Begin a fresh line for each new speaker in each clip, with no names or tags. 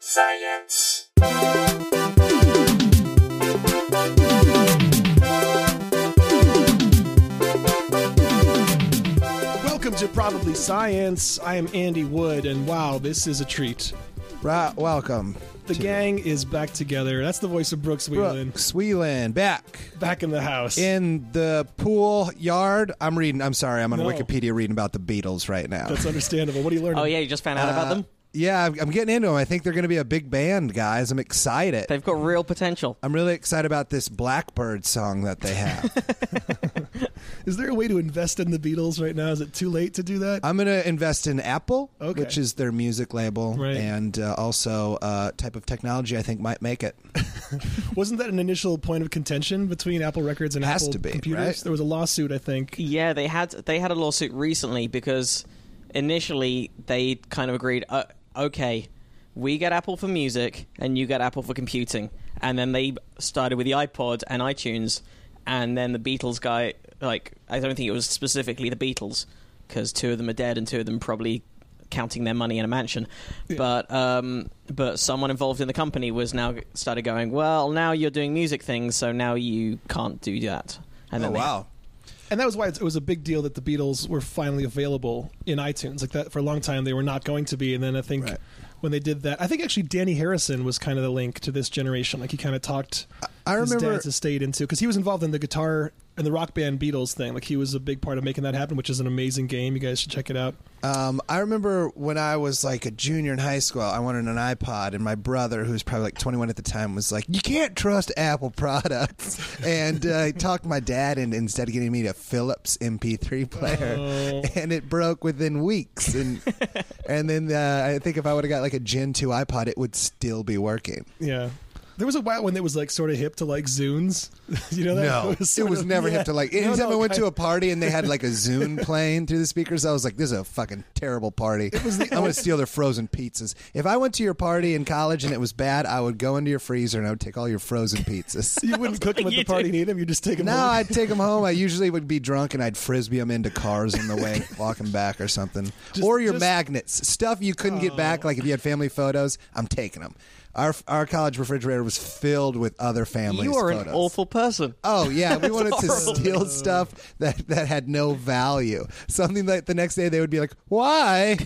science.
Welcome to Probably Science. I am Andy Wood, and wow, this is a treat.
Right, welcome.
The gang is back together. That's the voice of Brooks Wheelan
Brooks Whelan back
back in the house.
in the pool yard. I'm reading. I'm sorry. I'm on
No.
Wikipedia reading about the Beatles right now.
That's understandable. What are you learning?
Oh yeah, you just found out about them.
yeah, I'm, I'm getting into them. I think they're going to be a big band, guys. I'm excited.
They've got real potential.
I'm really excited about this Blackbird song that they have.
Is there a way to invest in the Beatles right now? Is it too late to do that?
I'm going to invest in Apple,
Okay.
which is their music label,
Right.
and uh, also uh, type of technology I think might make it.
Wasn't that an initial point of contention between Apple Records and
Has
Apple
to be,
computers?
right? E-
There was a lawsuit, I think.
Yeah, they had they had a lawsuit recently because initially they kind of agreed, uh, okay, we get Apple for music and you get Apple for computing, and then they started with the iPod and iTunes, and then the Beatles guy, like I don't think it was specifically the Beatles because two of them are dead and two of them probably counting their money in a mansion but um but someone involved in the company was now started going well now you're doing music things so now you can't do that and
Oh
then they
wow!
And that was why it was a big deal that the Beatles were finally available in iTunes. Like that for a long time they were not going to be, and then I think
Right.
when they did that, I think actually Danny Harrison was kind of the link to this generation. Like he kind of talked.
I
his
remember-
dad's estate into because he was involved in the guitar and the rock band Beatles thing. Like he was a big part of making that happen, which is an amazing game. You guys should check it out.
Um, I remember when I was like a junior in high school, I wanted an iPod, and my brother, who was probably like 21 at the time, was like, "You can't trust Apple products," and uh, he talked my dad into instead of getting me a Philips MP3 player, and it broke within weeks. And and then uh, I think if I would have got like a Gen 2 iPod, it would still be working.
Yeah. There was a while when it was like sort of hip to like Zunes. you know that?
it was,
sort of-
never
yeah.
hip to like.
No,
Anytime
no,
I went
I-
to a party and they had like a Zune playing through the speakers, I was like, "This is a fucking terrible party. I'm going to steal their frozen pizzas." If I went to your party in college and it was bad, I would go into your freezer and I would take all your frozen pizzas.
You wouldn't cook them at
You
the party and eat them. You just take them.
no,
home.
I'd take them home. I usually would be drunk and I'd frisbee them into cars on the way walking back or something. or your
just- Oh.
magnets, stuff you couldn't get back. Like if you had family photos, I'm taking them. Our, our college refrigerator was filled with other families.
You are
photos.
an awful person.
Oh yeah, we wanted to
horrible.
Oh,
steal stuff that that had no value. Something that the next day they would be like, "Why?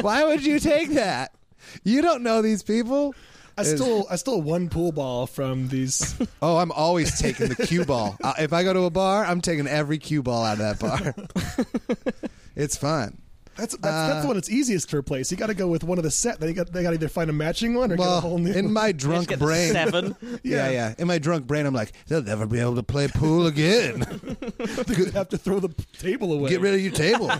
Why would you take that? You don't know these people."
I stole I stole one pool ball from these.
Oh, I'm always taking the cue ball. Uh, if I go to a bar, I'm taking every cue ball out of that bar. it's fun.
That's that's, that's the one that's easiest to replace. You got to go with one of the set. They got they got to either find a matching one or get a
Well,
whole new.
in my drunk
Get
brain,
seven.
yeah, yeah, in my drunk brain, I'm like, they'll never be able to play pool again.
you have to throw the table away.
Get rid of your table.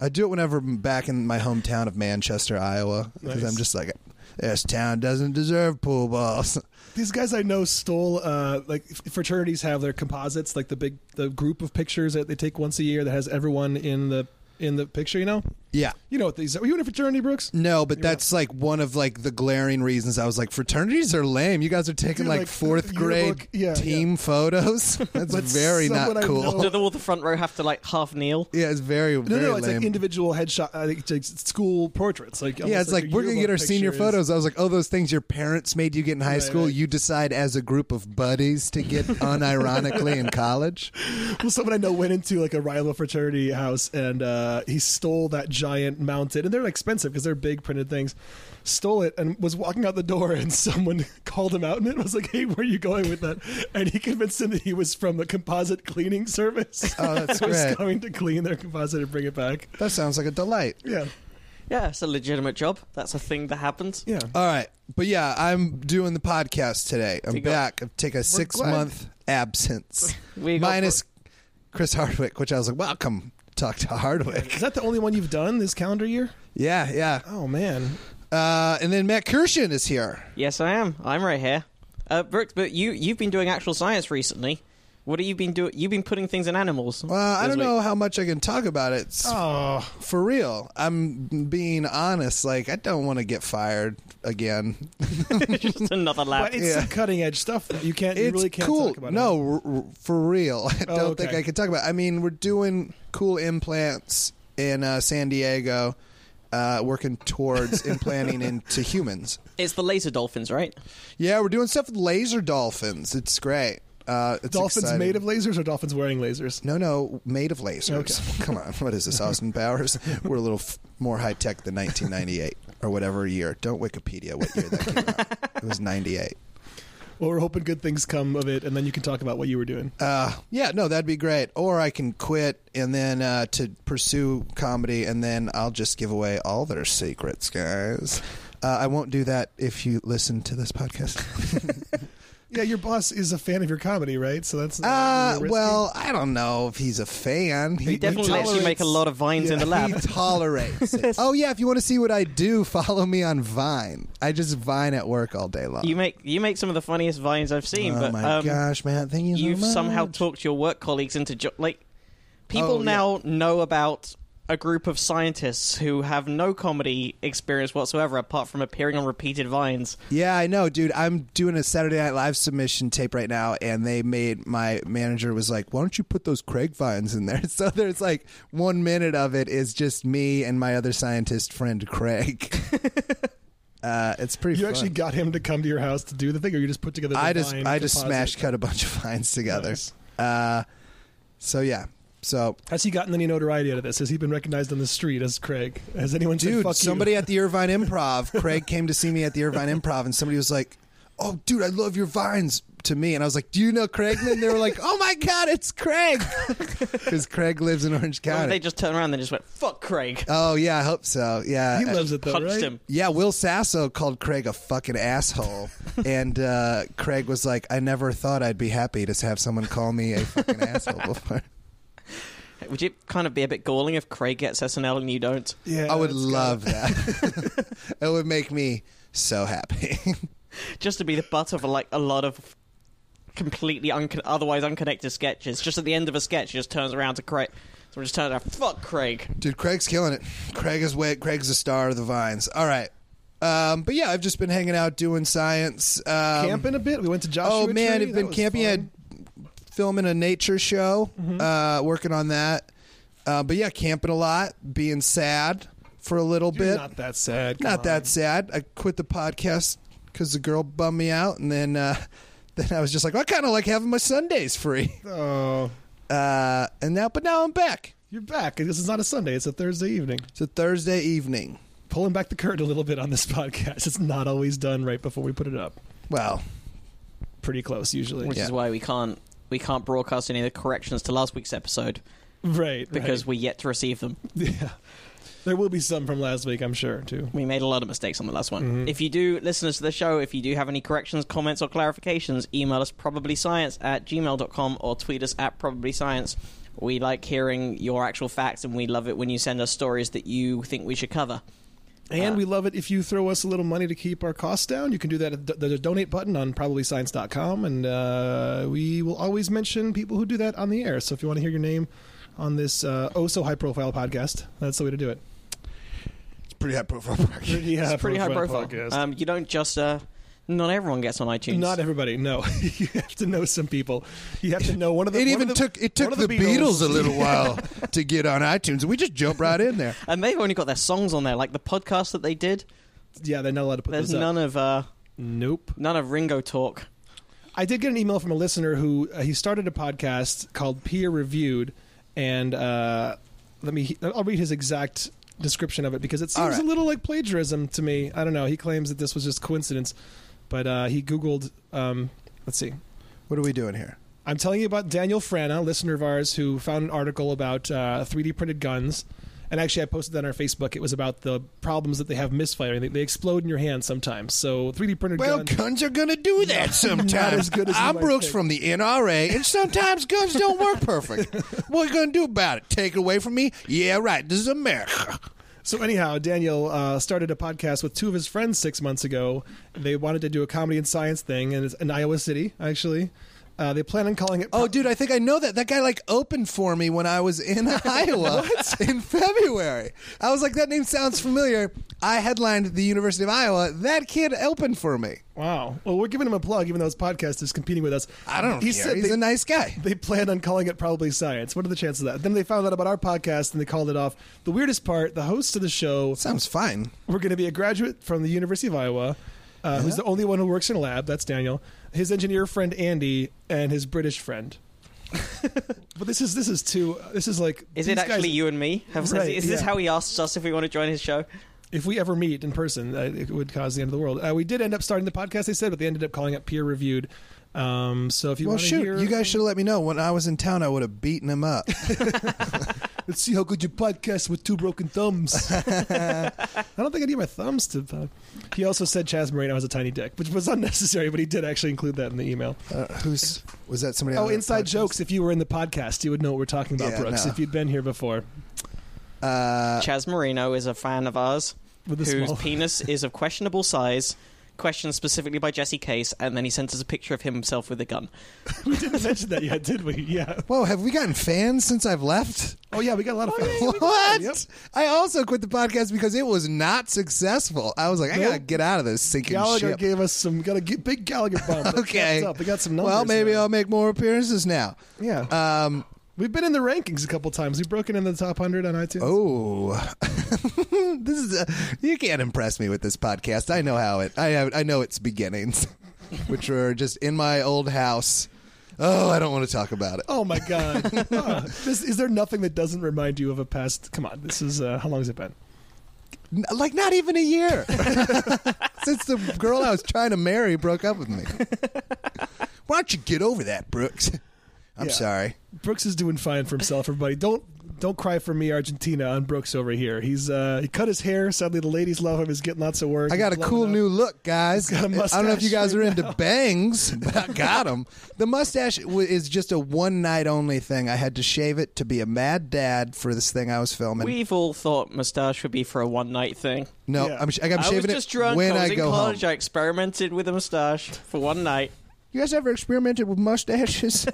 I do it whenever I'm back in my hometown of Manchester, Iowa, because
Nice.
I'm just like, this town doesn't deserve pool balls.
These guys I know stole uh, like f- fraternities have their composites, like the big the group of pictures that they take once a year that has everyone in the in the picture. You know,
Yeah.
you know what these are. Were you in a fraternity, Brooks?
No, but that's like one of like the glaring reasons I was like, fraternities are lame. You guys are taking
Dude,
like,
like,
fourth grade
yearbook- yeah,
team photos. That's
But
very
someone
not
I
cool.
know-
Do the, all the front row have to like half kneel?
Yeah, it's very
No,
very
no, it's
lame.
like individual headshot, uh, it's like school portraits. Like
yeah,
almost
it's like,
a
we're gonna get our
yearbook
senior
picture is-
photos. I was like, oh, those things your parents made you get in high
Right,
school,
right.
you decide as a group of buddies to get unironically in college.
Well, someone I know went into like a rival fraternity house and uh, he stole that giant mounted, and they're expensive because they're big printed things. Stole it and was walking out the door, and someone called him out and it was like, "Hey, where are you going with that?" And he convinced him that he was from the composite cleaning service.
Oh, that's
He was
great.
going to clean their composite and bring it back.
That sounds like a delight.
Yeah,
Yeah, it's a legitimate job. That's a thing that happens.
yeah.
All right, but yeah, I'm doing the podcast today. I'm
You got-
back. I take a six
glad.
month absence,
We got-
minus Chris Hardwick, which I was like, welcome. Talk to Hardwick.
Is that the only one you've done this calendar year?
Yeah, yeah.
Oh man,
Uh, and then Matt Kirshen is here.
Yes, I am. I'm right here. Uh, Brooks, but you you've been doing actual science recently. What have you been doing? You've been putting things in animals.
Uh, I
this
don't
week.
know how much I can talk about it. It's
oh,
for real. I'm being honest. Like, I don't want to get fired again.
Just another lab.
but it's
Yeah.
some cutting edge stuff that you can't. you
it's
really can't
cool.
talk about. it.
no, r- r- for real. I
Oh,
don't think
okay.
I can talk about. It. I mean, we're doing cool implants in uh, San Diego, uh, working towards implanting into humans.
It's the laser dolphins, right?
Yeah, we're doing stuff with laser dolphins. It's great. Uh, it's
Dolphins
exciting.
made of lasers or dolphins wearing lasers?
No, no, made of lasers. Come on, what is this, Austin Powers? We're a little f- more high tech than 1998 or whatever year. Don't Wikipedia what year that came out. It was 98.
Well, we're hoping good things come of it, and then you can talk about what you were doing.
Uh, yeah, no, that'd be great. Or I can quit and then uh, to pursue comedy, and then I'll just give away all their secrets, guys. Uh, I won't do that if you listen to this podcast.
yeah, your boss is a fan of your comedy, right? So that's
Uh,
risky.
well, I don't know if he's a fan. He,
Definitely lets you
tolerates-
make a lot of vines in the
He
lab.
tolerates it. Oh yeah, if you want to see what I do, follow me on Vine. I just Vine at work all day long.
You make you make some of the funniest vines I've seen,
oh
but
my
um,
gosh, man! Thank you. so
you've
much.
somehow talked your work colleagues into jo- like people
Oh, yeah.
now know about a group of scientists who have no comedy experience whatsoever apart from appearing on repeated vines.
Yeah, I know, dude. I'm doing a Saturday Night Live submission tape right now, and they made my manager was like, "Why don't you put those Craig vines in there?" So there's like one minute of it is just me and my other scientist friend Craig. uh, it's pretty.
you
fun.
actually got him to come to your house to do the thing, or you just put together. The
I just
Vine
I just
composite?
smash cut a bunch of vines together.
Nice.
Uh, so yeah, so
Has he gotten any notoriety out of this? Has he been recognized on the street as Craig? Has anyone said,
dude,
"Fuck
somebody
you"?
at the Irvine Improv, Craig came to see me at the Irvine Improv, and somebody was like, "Oh, dude, I love your vines." To me, and I was like, "Do you know Craig?" And they were like, "Oh my god, it's Craig," because Craig lives in Orange
Or
County.
they just turn around and just went, "Fuck Craig."
oh yeah, I hope so. Yeah,
He
Uh,
loves it though,
Punched
right?
him.
Yeah, Will Sasso called Craig a fucking asshole, and uh, Craig was like, "I never thought I'd be happy to have someone call me a fucking asshole before."
Would it kind of be a bit galling if Craig gets SNL and you don't?
Yeah,
I would
it's
love that. it would make me so happy.
Just to be the butt of like a lot of completely uncon- otherwise unconnected sketches. Just at the end of a sketch, he just turns around to Craig. Someone just turns around, "Fuck Craig."
Dude, Craig's killing it. Craig is way, Craig's the star of the vines. All right. Um, but yeah, I've just been hanging out doing science. Um,
got- camping a bit. We went to Joshua.
Oh man,
Tree.
I've
That
been
was
camping at
fun. Mm-hmm.
filming a nature show, uh, working on that. Uh, but yeah, camping a lot, being sad for a little
You're
bit.
not that sad. come
Not
on.
that sad. I quit the podcast because the girl bummed me out, and then uh, then I was just like, I kind of like having my Sundays free.
Oh,
Uh, and now, but now I'm back.
you're back. This is not a Sunday. It's a Thursday evening.
It's a Thursday evening.
Pulling back the curtain a little bit on this podcast. It's not always done right before we put it up.
Well,
Pretty close usually.
which is
Yeah.
why we can't we can't broadcast any of the corrections to last week's episode
Right.
because
right.
we yet to receive them.
Yeah. There will be some from last week, I'm sure, too.
We made a lot of mistakes on the last one.
Mm-hmm.
If you do, listeners to the show, if you do have any corrections, comments, or clarifications, email us probablyscience at gmail.com or tweet us at probablyscience. We like hearing your actual facts and we love it when you send us stories that you think we should cover.
And
Uh,
we love it if you throw us a little money to keep our costs down. You can do that at the, the donate button on probablyscience.com. And uh, we will always mention people who do that on the air. So if you want to hear your name on this uh, oh so high profile podcast, that's the way to do it.
it's pretty high profile. podcast.
Pretty,
It's pretty high profile. Um, you don't just. Uh, not everyone gets on iTunes.
Not e- everybody. No, you have to know some people. You have to know one of the.
It
one
even
of the-
took it took
one
the,
of
Beatles. a little while to get on iTunes. We just jump right in there.
and Uh, they've only got their songs on there, like the podcast that they did.
Yeah, they're not allowed to put
There's
those up.
none of uh,
Nope.
none of Ringo talk.
I did get an email from a listener who uh, he started a podcast called Peer Reviewed, and uh, let me I'll read his exact description of it because it
All
seems
right.
a little like plagiarism to me. I don't know. He claims that this was just coincidence, but uh, he googled. Um, let's see.
What are we doing here?
I'm telling you about Daniel Frana, listener of ours, who found an article about uh, 3D printed guns. And actually, I posted that on our Facebook. It was about the problems that they have misfiring. They, they explode in your hand sometimes. So 3D printed
Well,
guns.
guns are gonna do that sometimes.
as good as you
I'm
might
Brooks
think.
from the NRA, and sometimes guns don't work perfect. what are you gonna do about it? Take it away from me? Yeah, right. This is America.
So anyhow, Daniel uh, started a podcast with two of his friends six months ago. They wanted to do a comedy and science thing, and it's in Iowa City actually. Uh, they plan on calling it.
Oh, dude, I think I know that. That guy like opened for me when I was in Iowa in February. I was like, that name sounds familiar. I headlined the University of Iowa. That kid opened for me.
wow. Well, we're giving him a plug, even though his podcast is competing with us.
I don't
He
care.
said
He's
they,
a nice guy.
they planned on calling it probably science. What are the chances of that? Then they found out about our podcast and they called it off. The weirdest part: the host of the show
Sounds fine.
we're going to be a graduate from the University of Iowa, uh, who's the only one who works in a lab. That's Daniel. His engineer friend Andy and his British friend. but this is this is too. This is like.
Is it
these guys-
actually you and me? Have,
Right,
is this
yeah.
how he asks us if we want to join his show?
If we ever meet in person, uh, it would cause the end of the world. Uh, we did end up starting the podcast. They said, but they ended up calling it peer reviewed. Um, so if you
Well,
want to
shoot,
hear,
you guys should have let me know. When I was in town, I would have beaten him up.
let's see how good your podcast with two broken thumbs. I don't think I need my thumbs to. uh, he also said Chaz Moreno has a tiny dick, which was unnecessary, but he did actually include that in the email.
Uh, who's was that? Somebody?
Oh,
on that
inside
podcast?
jokes. If you were in the podcast, you would know what we're talking about,
Yeah,
Brooks.
no.
If you'd been here before,
Uh,
Chaz Marino is a fan of ours,
With a
whose
small-
penis is of questionable size. Questioned specifically by Jesse Case, and then he sent us a picture of himself with a gun.
we didn't mention that yet, did we? Yeah.
whoa, have we gotten fans since I've left?
Oh yeah, we got a lot of fans.
What?
Yep.
I also quit the podcast because it was not successful. I was like, I
Nope.
gotta get out of this sinking
Gallagher
ship.
gave us some got a g- big Gallagher bump. That
okay,
kept Up. We got some numbers.
Well, maybe
now.
I'll make more appearances now.
Yeah.
Um.
We've been in the rankings a couple times. We've broken in the top hundred on iTunes.
Oh, this is a, you can't impress me with this podcast. I know how it. I have, I know its beginnings, which were just in my old house. Oh, I don't want to talk about it.
Oh my god! Ah, this, is there nothing that doesn't remind you of a past? Come on, this is uh, how long has it been?
N- Like not even a year since the girl I was trying to marry broke up with me. Why don't you get over that, Brooks? I'm
Yeah.
sorry.
Brooks is doing fine for himself. Everybody, don't don't cry for me, Argentina. On Brooks over here, he's uh, he cut his hair. Sadly, the ladies love him. He's getting lots of work.
I got a
He's
cool
loving it.
new look, guys.
got a
I don't know if you
mustache
guys are
right
into bangs, but I got them. The mustache w- is just a one night only thing. I had to shave it to be a mad dad for this thing I was filming.
We've all thought mustache would be for a one night thing.
no,
Yeah.
I'm, sh- I'm
I was
shaving
just
it
drunk.
when
I was in
go
college.
home.
I experimented with a mustache for one night.
You guys ever experimented with mustaches?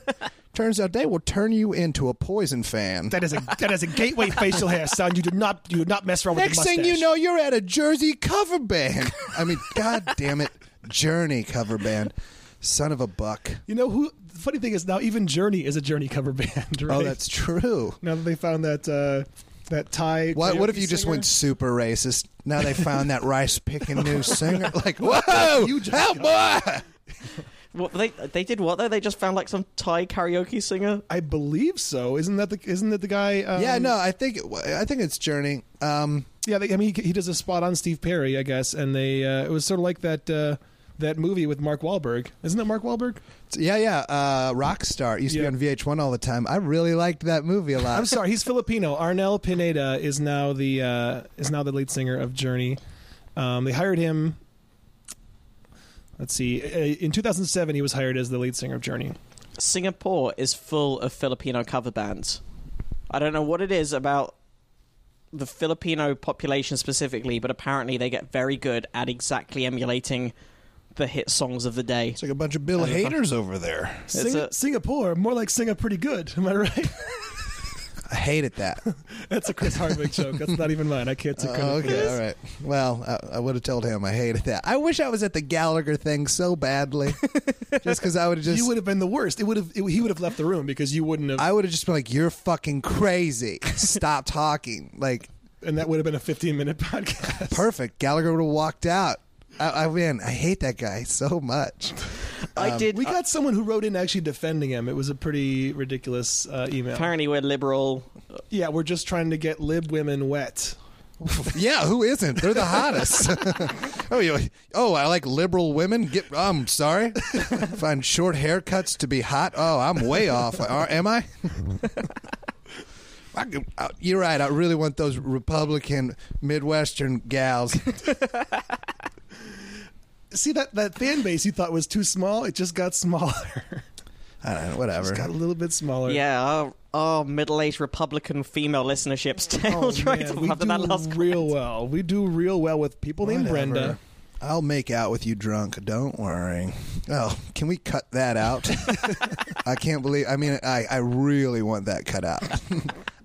Turns out they will turn you into a poison fan.
That is a that is a gateway facial hair, son. You do not you do not mess around
Next
with the
thing you know, you're at a Jersey cover band. I mean, god damn it, Journey cover band. Son of a buck.
you know who. The funny thing is now even Journey is a Journey cover band. Right?
Oh, that's true.
now that they found that uh, that Thai.
What, what if
karaoke
you just
singer?
went super racist? Now they found that rice picking new singer. Like, whoa,
You just
help, boy!
What, they they did what though? They just found like some Thai karaoke singer.
I believe so. Isn't that the isn't that the guy? Um,
Yeah, no, I think I think it's Journey. Um,
Yeah, they, I mean he, he does a spot on Steve Perry, I guess, and they uh, it was sort of like that uh, that movie with Mark Wahlberg. Isn't that Mark Wahlberg?
yeah, yeah, uh, Rockstar used to
Yeah.
be on VH1 all the time. I really liked that movie a lot.
I'm sorry, he's Filipino. Arnel Pineda is now the uh, is now the lead singer of Journey. Um, they hired him. Let's see. uh, In 2007, he was hired as the lead singer of Journey.
Singapore is full of Filipino cover bands. I don't know what it is about the Filipino population specifically, but apparently they get very good at exactly emulating the hit songs of the day.
It's like a bunch of Bill haters over there.
Sing-
a-
Singapore, more like sing up pretty good. Am I right?
I hated that.
That's a Chris Hardwick joke. That's not even mine. I can't take credit.
Oh,
for
okay,
that.
all right. Well, I, I would have told him I hated that. I wish I was at the Gallagher thing so badly, just because I would have just
You would have been the worst. It would have. It, he would have left the room because you wouldn't have.
I would have just been like, "You're fucking crazy. Stop talking." Like,
and that would have been a 15 minute podcast.
perfect. Gallagher would have walked out. I, I man, I hate that guy so much.
I did.
Um, We
uh,
got someone who wrote in actually defending him. It was a pretty ridiculous uh, email.
apparently, we're liberal.
Yeah, we're just trying to get lib women wet.
yeah, who isn't? They're the hottest. oh, you, oh, I like liberal women. Get, I'm sorry. Find short haircuts to be hot. Oh, I'm way off. Are, am I? I could- uh, you're right. I really want those Republican Midwestern gals.
See that that fan base you thought was too small, it just got smaller.
I don't know.
got a
Whatever.
little bit smaller.
Yeah, our, our middle-aged Republican female listenership's tail
Oh,
right
man,
off
we
after that
do
last.
real well. We do real well with people named
Whatever.
Brenda.
I'll make out with you drunk. Don't worry. Oh, can we cut that out? I can't believe. I mean, I, I really want that cut out.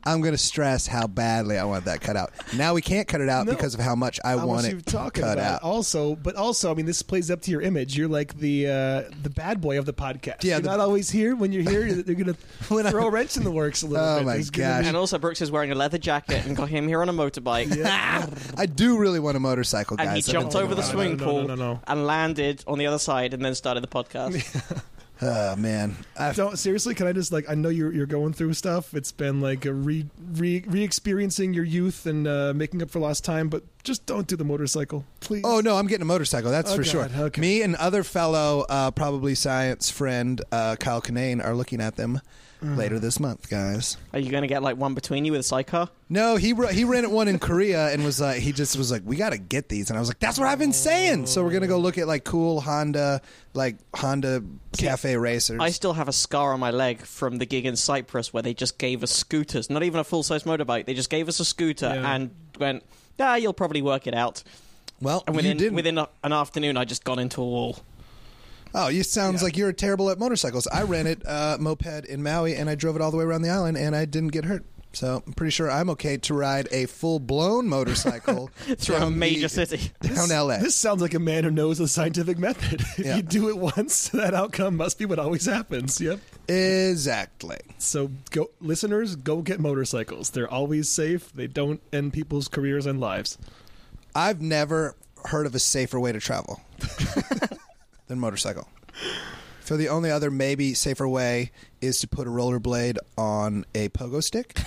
I'm going to stress how badly I want that cut out. Now we can't cut it out
No.
because of how much I
I
want
want you
it cut
talking about
out.
it. also, but also, I mean, this plays up to your image. You're like the uh, the bad boy of the podcast.
Yeah,
you're
the-
not always here. When you're here, you're gonna
When I-
throw a wrench in the works a little
Oh
bit.
my
There's gonna
gosh.
be-
And also, Brooks is wearing a leather jacket and got him here on a motorbike.
I do really want a motorcycle, guys.
And he
I've been
jumped
thinking
over the
no,
about it.
swimming
no, no,
pool
no, no.
and landed on the other side and then started the podcast.
Oh man, I,
Don't seriously. Can I just like? I know you're you're going through stuff. It's been like a re re re-experiencing your youth and uh, making up for lost time. But just don't do the motorcycle, please.
Oh no, I'm getting a motorcycle. That's
Oh,
for
God,
sure.
okay.
Me and other fellow uh, probably science friend uh, Kyle Kinane are looking at them
Mm.
later this month, guys.
Are you going to get like one between you with a sidecar?
No, he re- he rented one in Korea and was like, he just was like, we got to get these, and I was like, that's what I've been saying. So we're gonna go look at like cool Honda, like Honda cafe racers.
I still have a scar on my leg from the gig in Cyprus where they just gave us scooters, not even a full size motorbike. They just gave us a scooter
Yeah.
and went, ah, you'll probably work it out.
well,
And
you
within
didn't.
within a, an afternoon, I just got into a wall.
oh, you sounds like you're terrible at motorcycles. I rented a moped in Maui and I drove it all the way around the island and I didn't get hurt. So I'm pretty sure I'm okay to ride a full blown motorcycle
Through a
down the-
major city.
down LA.
This sounds like a man who knows the scientific method. if
Yeah.
you do it once, that outcome must be what always happens. Yep.
Exactly.
So go listeners, go get motorcycles. They're always safe. They don't end people's careers and lives.
I've never heard of a safer way to travel than motorcycle. So the only other maybe safer way is to put a rollerblade on a pogo stick.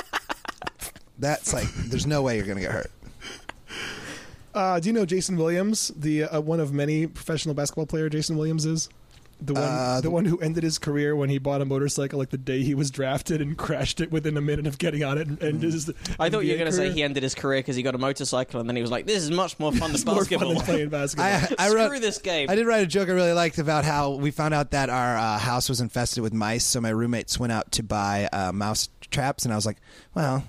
That's like there's no way you're gonna get hurt.
Uh, do you know Jason Williams, the uh, one of many professional basketball player Jason Williams is? The one,
Uh,
the one who ended his career when he bought a motorcycle like the day he was drafted and crashed it within a minute of getting on it. And,
Mm.
and his
I thought you were
NBA
going to say
career.
he ended his career because he got a motorcycle and then he was like, this is much more fun than
It's more fun
basketball.
than playing basketball.
I, I
Screw
wrote-
this game.
I did write a joke I really liked about how we found out that our uh, house was infested with mice, so my roommates went out to buy uh, mouse traps, and I was like, well,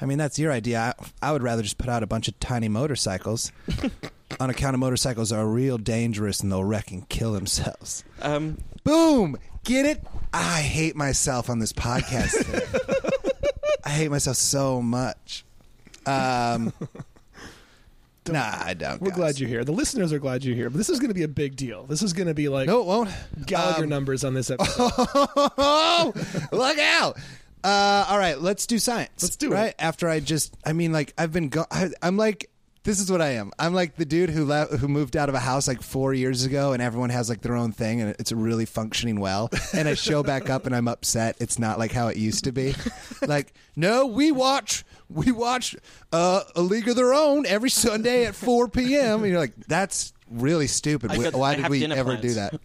I mean, that's your idea. I, I would rather just put out a bunch of tiny motorcycles. On account of motorcycles are real dangerous and they'll wreck and kill themselves.
um,
Boom! Get it? I hate myself on this podcast. today. I hate myself so much. Um, nah, I don't.
We're
guys.
glad you're here. The listeners are glad you're here. But this is going to be a big deal. This is going to be like
No, it won't.
Gallagher
Um,
numbers on this episode.
Oh, look out! Uh, all right, let's do science.
Let's do it.
Right after I just, I mean, like I've been, go- I, I'm like, this is what I am. I'm like the dude who left, who moved out of a house like four years ago, and everyone has like their own thing, and it's really functioning well. And I show back up, and I'm upset. It's not like how it used to be. Like, no, we watch, we watch uh, a League of Their Own every Sunday at 4 p.m. And you're like, that's really stupid.
I
Wh-
got- I
Why did
have
we
dinner
ever
plans.
do that?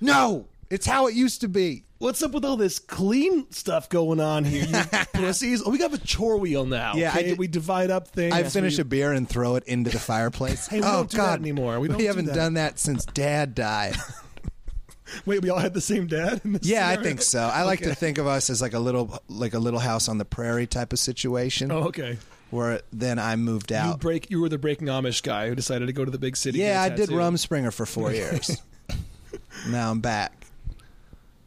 No, it's how it used to be.
What's up with all this clean stuff going on here, you pussies? Oh, we got a chore wheel now.
Yeah, I
okay?
did-
we divide up things.
I finish
we,
a beer and throw it into the fireplace.
Hey, we
oh
don't do that
God,
anymore. We don't do
haven't
that.
done that since Dad died.
Wait, we all had the same dad? in this
yeah, I
scenario?
think so. I like to think of us as like a little, like a little house on the prairie type of situation,
Oh, okay.
where then I moved
You
out.
break. You were the breaking Amish guy who decided to go to the big city.
yeah, I
get a
did
tattoo.
Rumspringer for four years. now I'm back.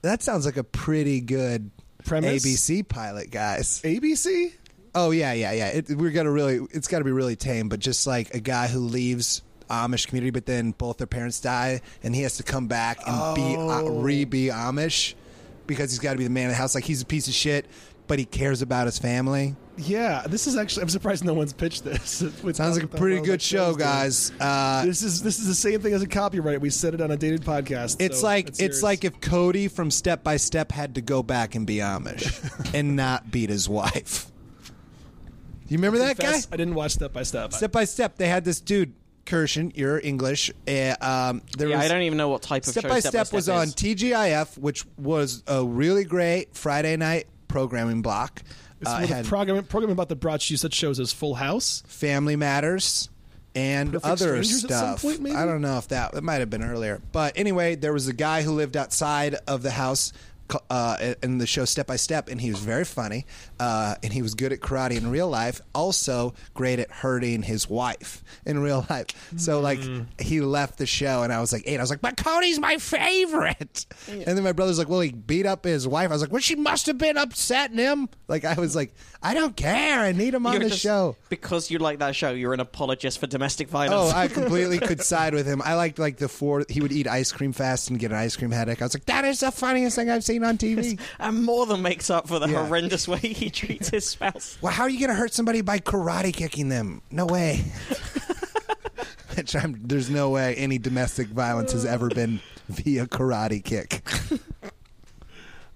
That sounds like a pretty good
Premise?
ABC pilot, guys.
ABC.
Oh yeah, yeah, yeah. It, we're gonna really. It's got to be really tame, but just like a guy who leaves Amish community, but then both their parents die, and he has to come back and be uh,
Oh.
re be Amish because he's got to be the man of the house. Like he's a piece of shit, but he cares about his family.
Yeah, this is actually. I'm surprised no one's pitched this. It
Sounds like a pretty good show, guys. Uh,
This is this is the same thing as a copyright. We said it on a dated podcast.
it's
so
like
that's
it's
yours.
like if Cody from Step by Step had to go back and be Amish and not beat his wife. You remember that guy?
Confess, I didn't watch step by step.
step by step they had this dude Kirshen, you're English. Uh, um, there
yeah,
was,
I don't even know what type of
Step
show
by step, was on
is.
TGIF, which was a really great Friday night programming block.
It's
uh,
with
it
a
had
program program about the brought you such shows as Full House.
Family Matters and
Perfect
other
Strangers at some
stuff.
point, maybe?
I don't know if that it might have been earlier, but anyway, there was a guy who lived outside of the house ca- uh, in the show Step by Step, and he was very funny, uh, and he was good at karate in real life. Also, great at hurting his wife in real life.
Hmm.
So like, he left the show, and I was like, eight. I was like, but Cody's my favorite. And then my brother's like, well, he beat up his wife. I was like, well, she must have been upsetting him. Like I was like, I don't care. I need him on
You're
the
just-
show.
because you like that show. You're an apologist for domestic violence.
Oh, I completely could side with him. I liked like the four. He would eat ice cream fast and get an ice cream headache. I was like, that is the funniest thing I've seen on TV.
and more than makes up for the
Yeah.
horrendous way he treats his spouse.
Well, how are you going to hurt somebody by karate kicking them? No way. Which I'm, there's no way any domestic violence has ever been via karate kick.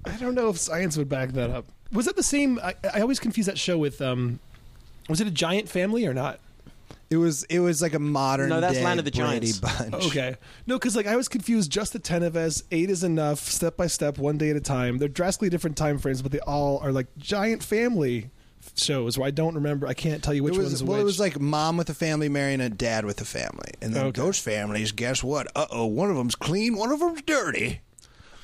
I don't know if science would back that up. Was that the same? I, I always confuse that show with. um Was it a giant family or not?
It was it was like a modern
No, that's
day
Land of the
Brady
Giants.
Bunch.
Okay, no, because like I was confused. Just the ten of us, eight is enough. Step by step, one day at a time. They're drastically different time frames, but they all are like giant family f- shows where I don't remember. I can't tell you which
It was,
one's
well,
which.
it was like mom with a family marrying a dad with a family, and then
Okay.
those families, guess what? Uh oh, one of them's clean, one of them's dirty.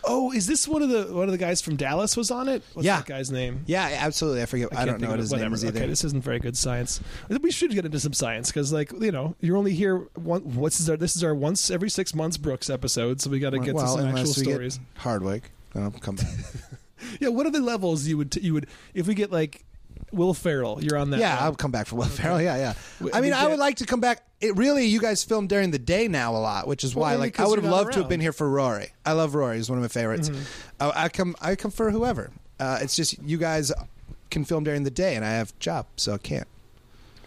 oh, is this one of the one of the guys from Dallas was on it? What's
Yeah.
that guy's name?
Yeah, absolutely. I forget. I,
Can't
don't know
think
what
of
his
it.
name
Whatever.
is either.
Okay, this isn't very good science. We should get into some science because, like, you know, you're only here. One, what's this? Our, this is our once every six months Brooks episode, so we got to get
well,
to some actual
unless we
stories.
get Hardwick. Oh, come back.
Yeah, what are the levels you would t- you would if we get like Will Ferrell? You're on that.
yeah, I'll
one.
come back for Will Ferrell. Yeah, yeah.
We-
I mean,
we
I would
get-
like to come back. It really, you guys film during the day now a lot, which is
Well,
why,
maybe
like, I
'cause
would
you're
have
not
loved to have
around. Mm-hmm.
been here for Rory. I love Rory. He's one of my favorites. Uh, I, I come, I come for whoever. Uh, it's just you guys can film during the day, and I have job, so I can't.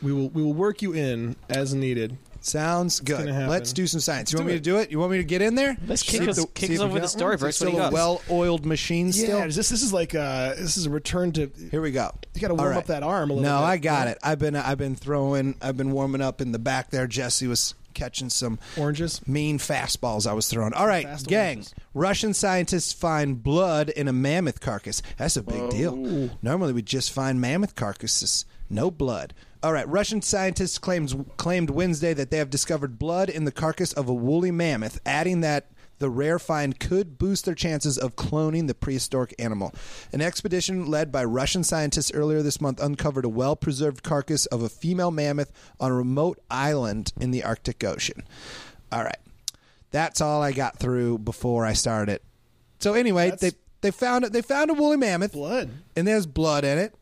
we will we will work you in as needed.
Sounds good.
gonna happen.
Let's do some science. You
Let's
want me to
do
do it? You want me to get in there?
Let's kick
See if
us-
the-
kick
see if
us off
we
with a
got
story,
one? Is it
Brooks. What do
Still
you
a
got?
well-oiled machine.
Yeah,
Still.
is this this is like uh this is a return to.
Here we go.
You gotta
All
warm up that arm a little
No,
bit.
I got it. I've been I've been throwing I've been warming up in the back there. Jesse was catching some
Oranges?
mean fastballs I was throwing. All right,
fast
gang.
oranges.
Russian scientists find blood in a mammoth carcass. That's a big deal. Normally we just find mammoth carcasses, no blood. All right, Russian scientists claims claimed Wednesday that they have discovered blood in the carcass of a woolly mammoth, adding that the rare find could boost their chances of cloning the prehistoric animal. An expedition led by Russian scientists earlier this month uncovered a well preserved carcass of a female mammoth on a remote island in the Arctic Ocean. All right. That's all I got through before I started it. So anyway,
That's-
they they found it they found a woolly mammoth
Blood.
and there's blood in it.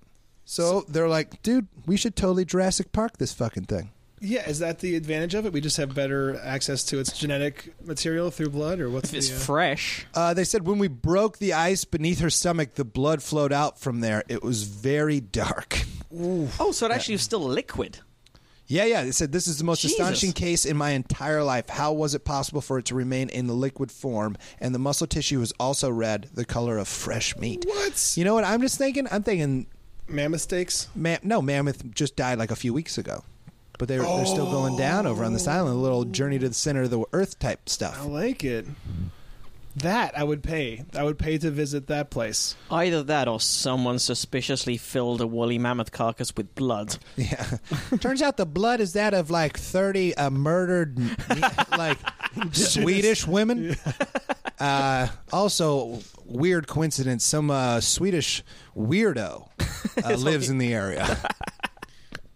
So they're like, dude, we should totally Jurassic Park this fucking thing.
Yeah, is that the advantage of it? We just have better access to its genetic material through blood, or what's
If it's
the, uh,
fresh,
Uh, they said when we broke the ice beneath her stomach, the blood flowed out from there. It was very dark.
oh, so it actually was still liquid.
Yeah, yeah. They said this is the most
Jesus.
astonishing case in my entire life. How was it possible for it to remain in the liquid form? And the muscle tissue was also red, the color of fresh meat.
What?
You know what I'm just thinking? I'm thinking,
mammoth steaks?
ma- no, mammoth just died like a few weeks ago, but they're they're still going down over on this island. A little journey to the center of the earth type stuff.
I like it. That I would pay. I would pay to visit that place.
Either that, or someone suspiciously filled a woolly mammoth carcass with blood.
Yeah. Turns out the blood is that of like 30 uh, murdered like Swedish women. Uh, also, weird coincidence some uh, Swedish weirdo uh, lives in the area.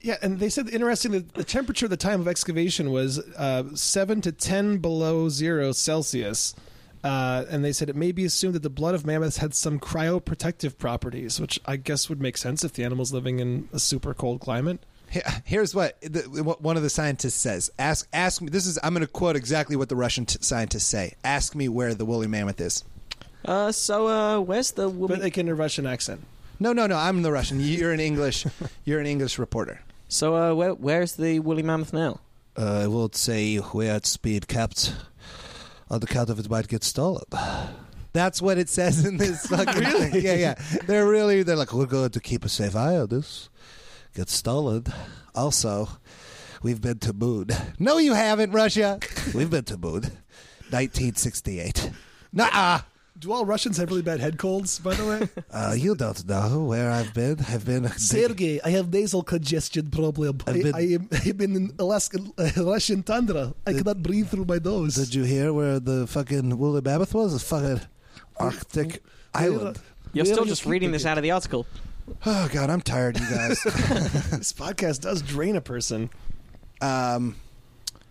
Yeah, and they said interesting that the temperature at the time of excavation was uh, seven to ten below zero Celsius. Uh, and they said it may be assumed that the blood of mammoths had some cryoprotective properties, which I guess would make sense if the animal's living in a super cold climate.
Here- Here's what the, what one of the scientists says. Ask ask me. This is I'm going to quote exactly what the Russian t- scientists say. Ask me where the woolly mammoth is.
Uh, so uh, where's the woman?
But like in a Russian accent.
No, no, no. I'm the Russian. You're an English. You're an English reporter.
so uh, where, where's the woolly mammoth now?
Uh, I will say where it's being kept on the count of it might get stolen. That's what it says in this fucking really? Yeah, yeah. They're really they're like, we're going to keep a safe eye on this. Gets stolen. Also, we've been to moon. No you haven't, Russia. We've been to moon. Nineteen sixty eight. Nah.
Do all Russians have really bad head colds, by the way?
Uh, you don't know where I've been. I've been
Sergey, I have nasal congestion problem.
I've been- I
am, I've been in Alaska, uh, Russian tundra. I cannot breathe through my nose.
Did you hear where the fucking woolly mammoth was? The fucking Arctic island.
You're
We
still
gotta
just
keep
reading
it.
this out of the article.
Oh God, I'm tired, you guys.
This podcast does drain a person.
Um,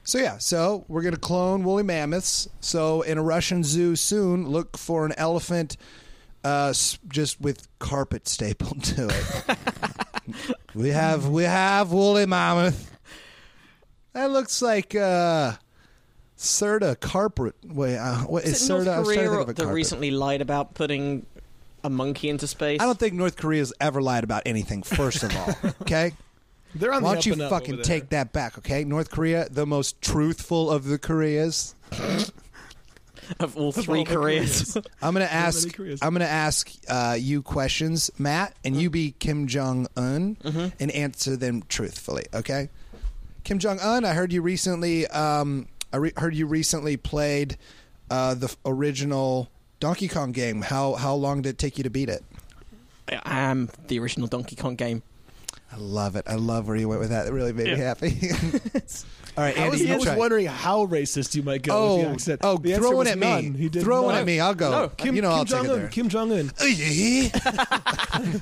so yeah, so we're gonna clone woolly mammoths. So in a Russian zoo soon, look for an elephant, uh, s- just with carpet stapled to it. we have we have woolly mammoth. That looks like uh, Serta carpet. Wait, uh, what is,
Is it North
Serta? I was trying to
Korea
think of a
that
carpet.
recently lied about putting a monkey into space?
I don't think North Korea's ever lied about anything. First of all, okay.
They're on the
Why don't
up
you
and up
fucking
over there.
take that back, okay? North Korea, the most truthful of the Koreas.
of all three
all the
careers.
I'm gonna ask.
many Koreas?
I'm gonna ask uh, you questions, Matt, and you be Kim Jong Un
Mm-hmm.
and answer them truthfully. Okay, Kim Jong Un. I heard you recently. Um, I re- heard you recently played uh, the f- original Donkey Kong game. How how long did it take you to beat it?
I am the original Donkey Kong game.
I love it. I love where you went with that. It really made me happy. All right,
I
Andy,
was,
you
I was
try.
wondering how racist you might go with the
Oh,
accent.
oh,
The answer
throw
was
it at
none. He
me.
did
Throw it
not.
at me. I'll go.
No,
Kim,
you know,
Kim
I'll
Jong
take
Un.
it there.
Kim Jong Un.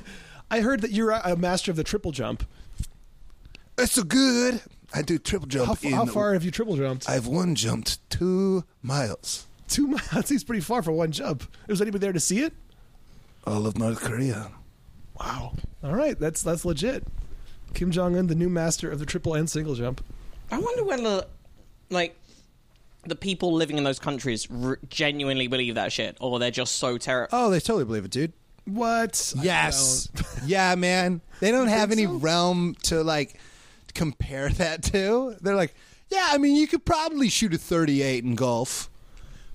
I heard that you're a a master of the triple jump.
That's so good. I do triple jump.
How, f-
in
how far have you triple jumped?
I've one jumped two miles.
Two miles. That seems pretty far for one jump. Was anybody there to see it?
All of North Korea.
Wow. All right, that's that's legit. Kim Jong Un, the new master of the triple and single jump.
I wonder whether, like, the people living in those countries r- genuinely believe that shit, or they're just so terrified.
Oh, they totally believe it, dude.
What? I
Yes.
don't.
yeah, man. They don't have
think
any
so?
realm to like compare that to. They're like, yeah, I mean, you could probably shoot a 38 in golf.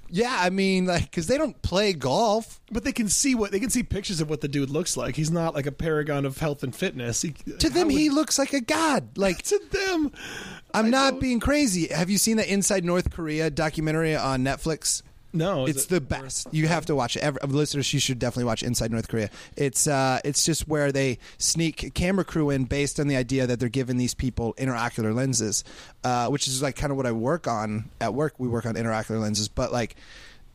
Yeah, I mean, like, because they don't play golf.
But they can see what they can see pictures of what the dude looks like. He's not like a paragon of health and fitness. He,
To them,
would-
he looks like a god. Like,
to them.
I'm not being crazy. Have you seen the Inside North Korea documentary on Netflix?
No, is
it's
it-
the best. You have to watch it. Every, listeners, you should definitely watch Inside North Korea. It's uh, it's just where they sneak a camera crew in based on the idea that they're giving these people interocular lenses, uh, which is like kind of what I work on at work. We work on interocular lenses, but like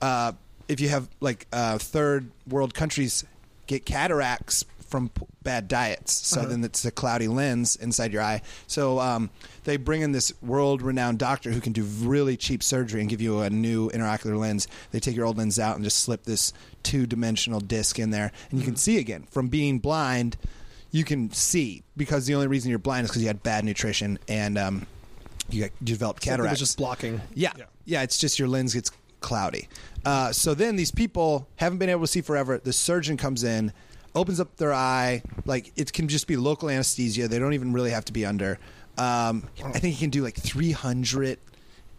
uh, if you have like uh, third world countries get cataracts from p- bad diets. So then it's a cloudy lens inside your eye. So um, they bring in this world renowned doctor who can do really cheap surgery and give you a new interocular lens. They take your old lens out and just slip this two dimensional disc in there, and you can see again. From being blind, you can see because the only reason you're blind is because you had bad nutrition and um, you, got, you developed
Something was
cataracts.
just blocking.
Yeah. yeah. it's just your lens gets cloudy. Uh, so then these people haven't been able to see forever. The surgeon comes in, opens up their eye. Like it can just be local anesthesia. They don't even really have to be under. Um, I think he can do like 300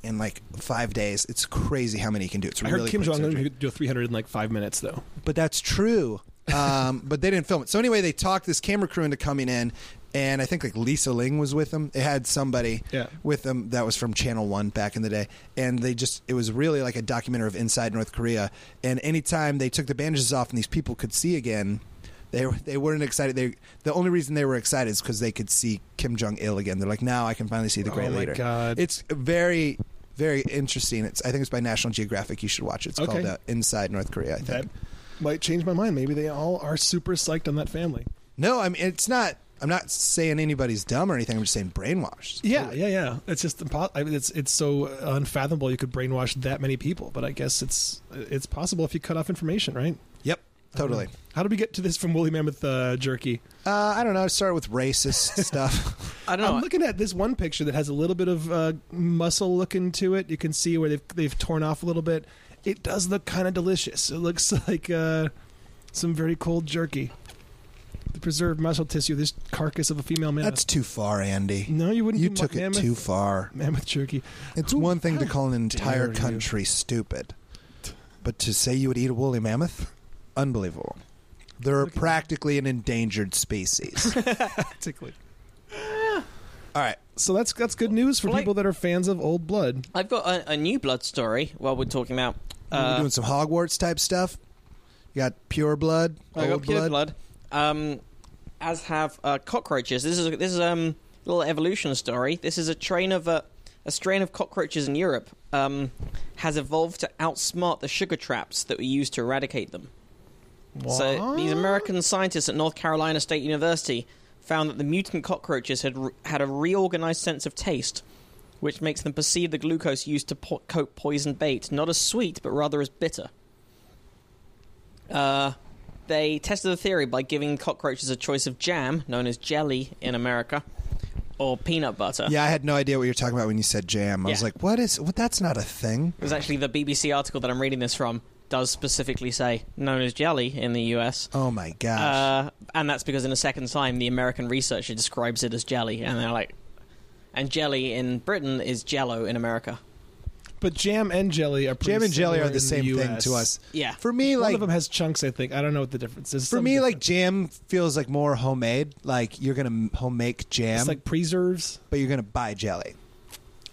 in like five days. It's crazy how many he can do. It's
I heard
really
Kim
quick
Jong Un
surgery
could do 300 in like five minutes, though.
but that's true. Um, but they didn't film it. So anyway, they talked this camera crew into coming in, and I think like Lisa Ling was with them. They had somebody
Yeah.
with them that was from Channel One back in the day, and they just it was really like a documentary of inside North Korea. And anytime they took the bandages off and these people could see again, they were- they weren't excited. They the only reason they were excited is because they could see Kim Jong Il again. They're like, now I can finally see the great
Oh my
leader.
God.
It's very. Very interesting. It's I think it's by National Geographic. You should watch it. It's
Okay.
called uh, Inside North Korea. I think
That might change my mind. Maybe they all are super psyched on that family.
No, I mean it's not. I'm not saying anybody's dumb or anything. I'm just saying brainwashed.
Yeah, yeah, yeah. It's just impo- I mean, it's it's so unfathomable you could brainwash that many people. But I guess it's it's possible if you cut off information, right?
Yep. Totally.
How did we get to this from Woolly Mammoth uh, Jerky?
Uh, I don't know. I started with racist stuff.
I don't know.
I'm looking at this one picture that has a little bit of uh, muscle looking to it. You can see where they've they've torn off a little bit. It does look kind of delicious. It looks like uh, some very cold jerky. The preserved muscle tissue, this carcass of a female mammoth.
That's too far, Andy.
no, you wouldn't.
you
do
took it
mammoth,
too far.
Mammoth jerky.
It's
Who-
one thing to
how
call an
dare
entire
you.
country stupid, but to say you would eat a woolly mammoth, unbelievable. They're
Look at-
practically an endangered species. All
Particularly.
right.
So that's that's good news for
Well, like-
people that are fans of old blood.
I've got a, a new blood story while we're talking about.
We're
Uh,
doing some Hogwarts type stuff. You got pure blood,
I got
old
pure
blood.
blood. Um, as have uh, cockroaches. This is a, this is um little evolution story. This is a train of uh, a strain of cockroaches in Europe um, has evolved to outsmart the sugar traps that we use to eradicate them. So these American scientists at North Carolina State University found that the mutant cockroaches had r had a reorganized sense of taste, which makes them perceive the glucose used to po- coat poison bait not as sweet but rather as bitter. Uh, they tested the theory by giving cockroaches a choice of jam, known as jelly in America, or peanut butter.
Yeah, I had no idea what you were talking about when you said jam. I was
Yeah.
like, what is? What, that's not a thing.
It was actually the BBC article that I'm reading this from does specifically say known as jelly in the US.
Oh my gosh.
Uh, and that's because in a second time, the American researcher describes it as jelly, and they're like, and jelly in Britain is jello in America.
But jam and jelly are pretty
jam and jelly
similar
are
in
the same thing
US.
to us.
Yeah.
For me,
One
like
of them has chunks, I think. I don't know what the difference is.
for me, like jam feels like more homemade. Like you're gonna homemade jam,
it's like preserves.
but you're gonna buy jelly.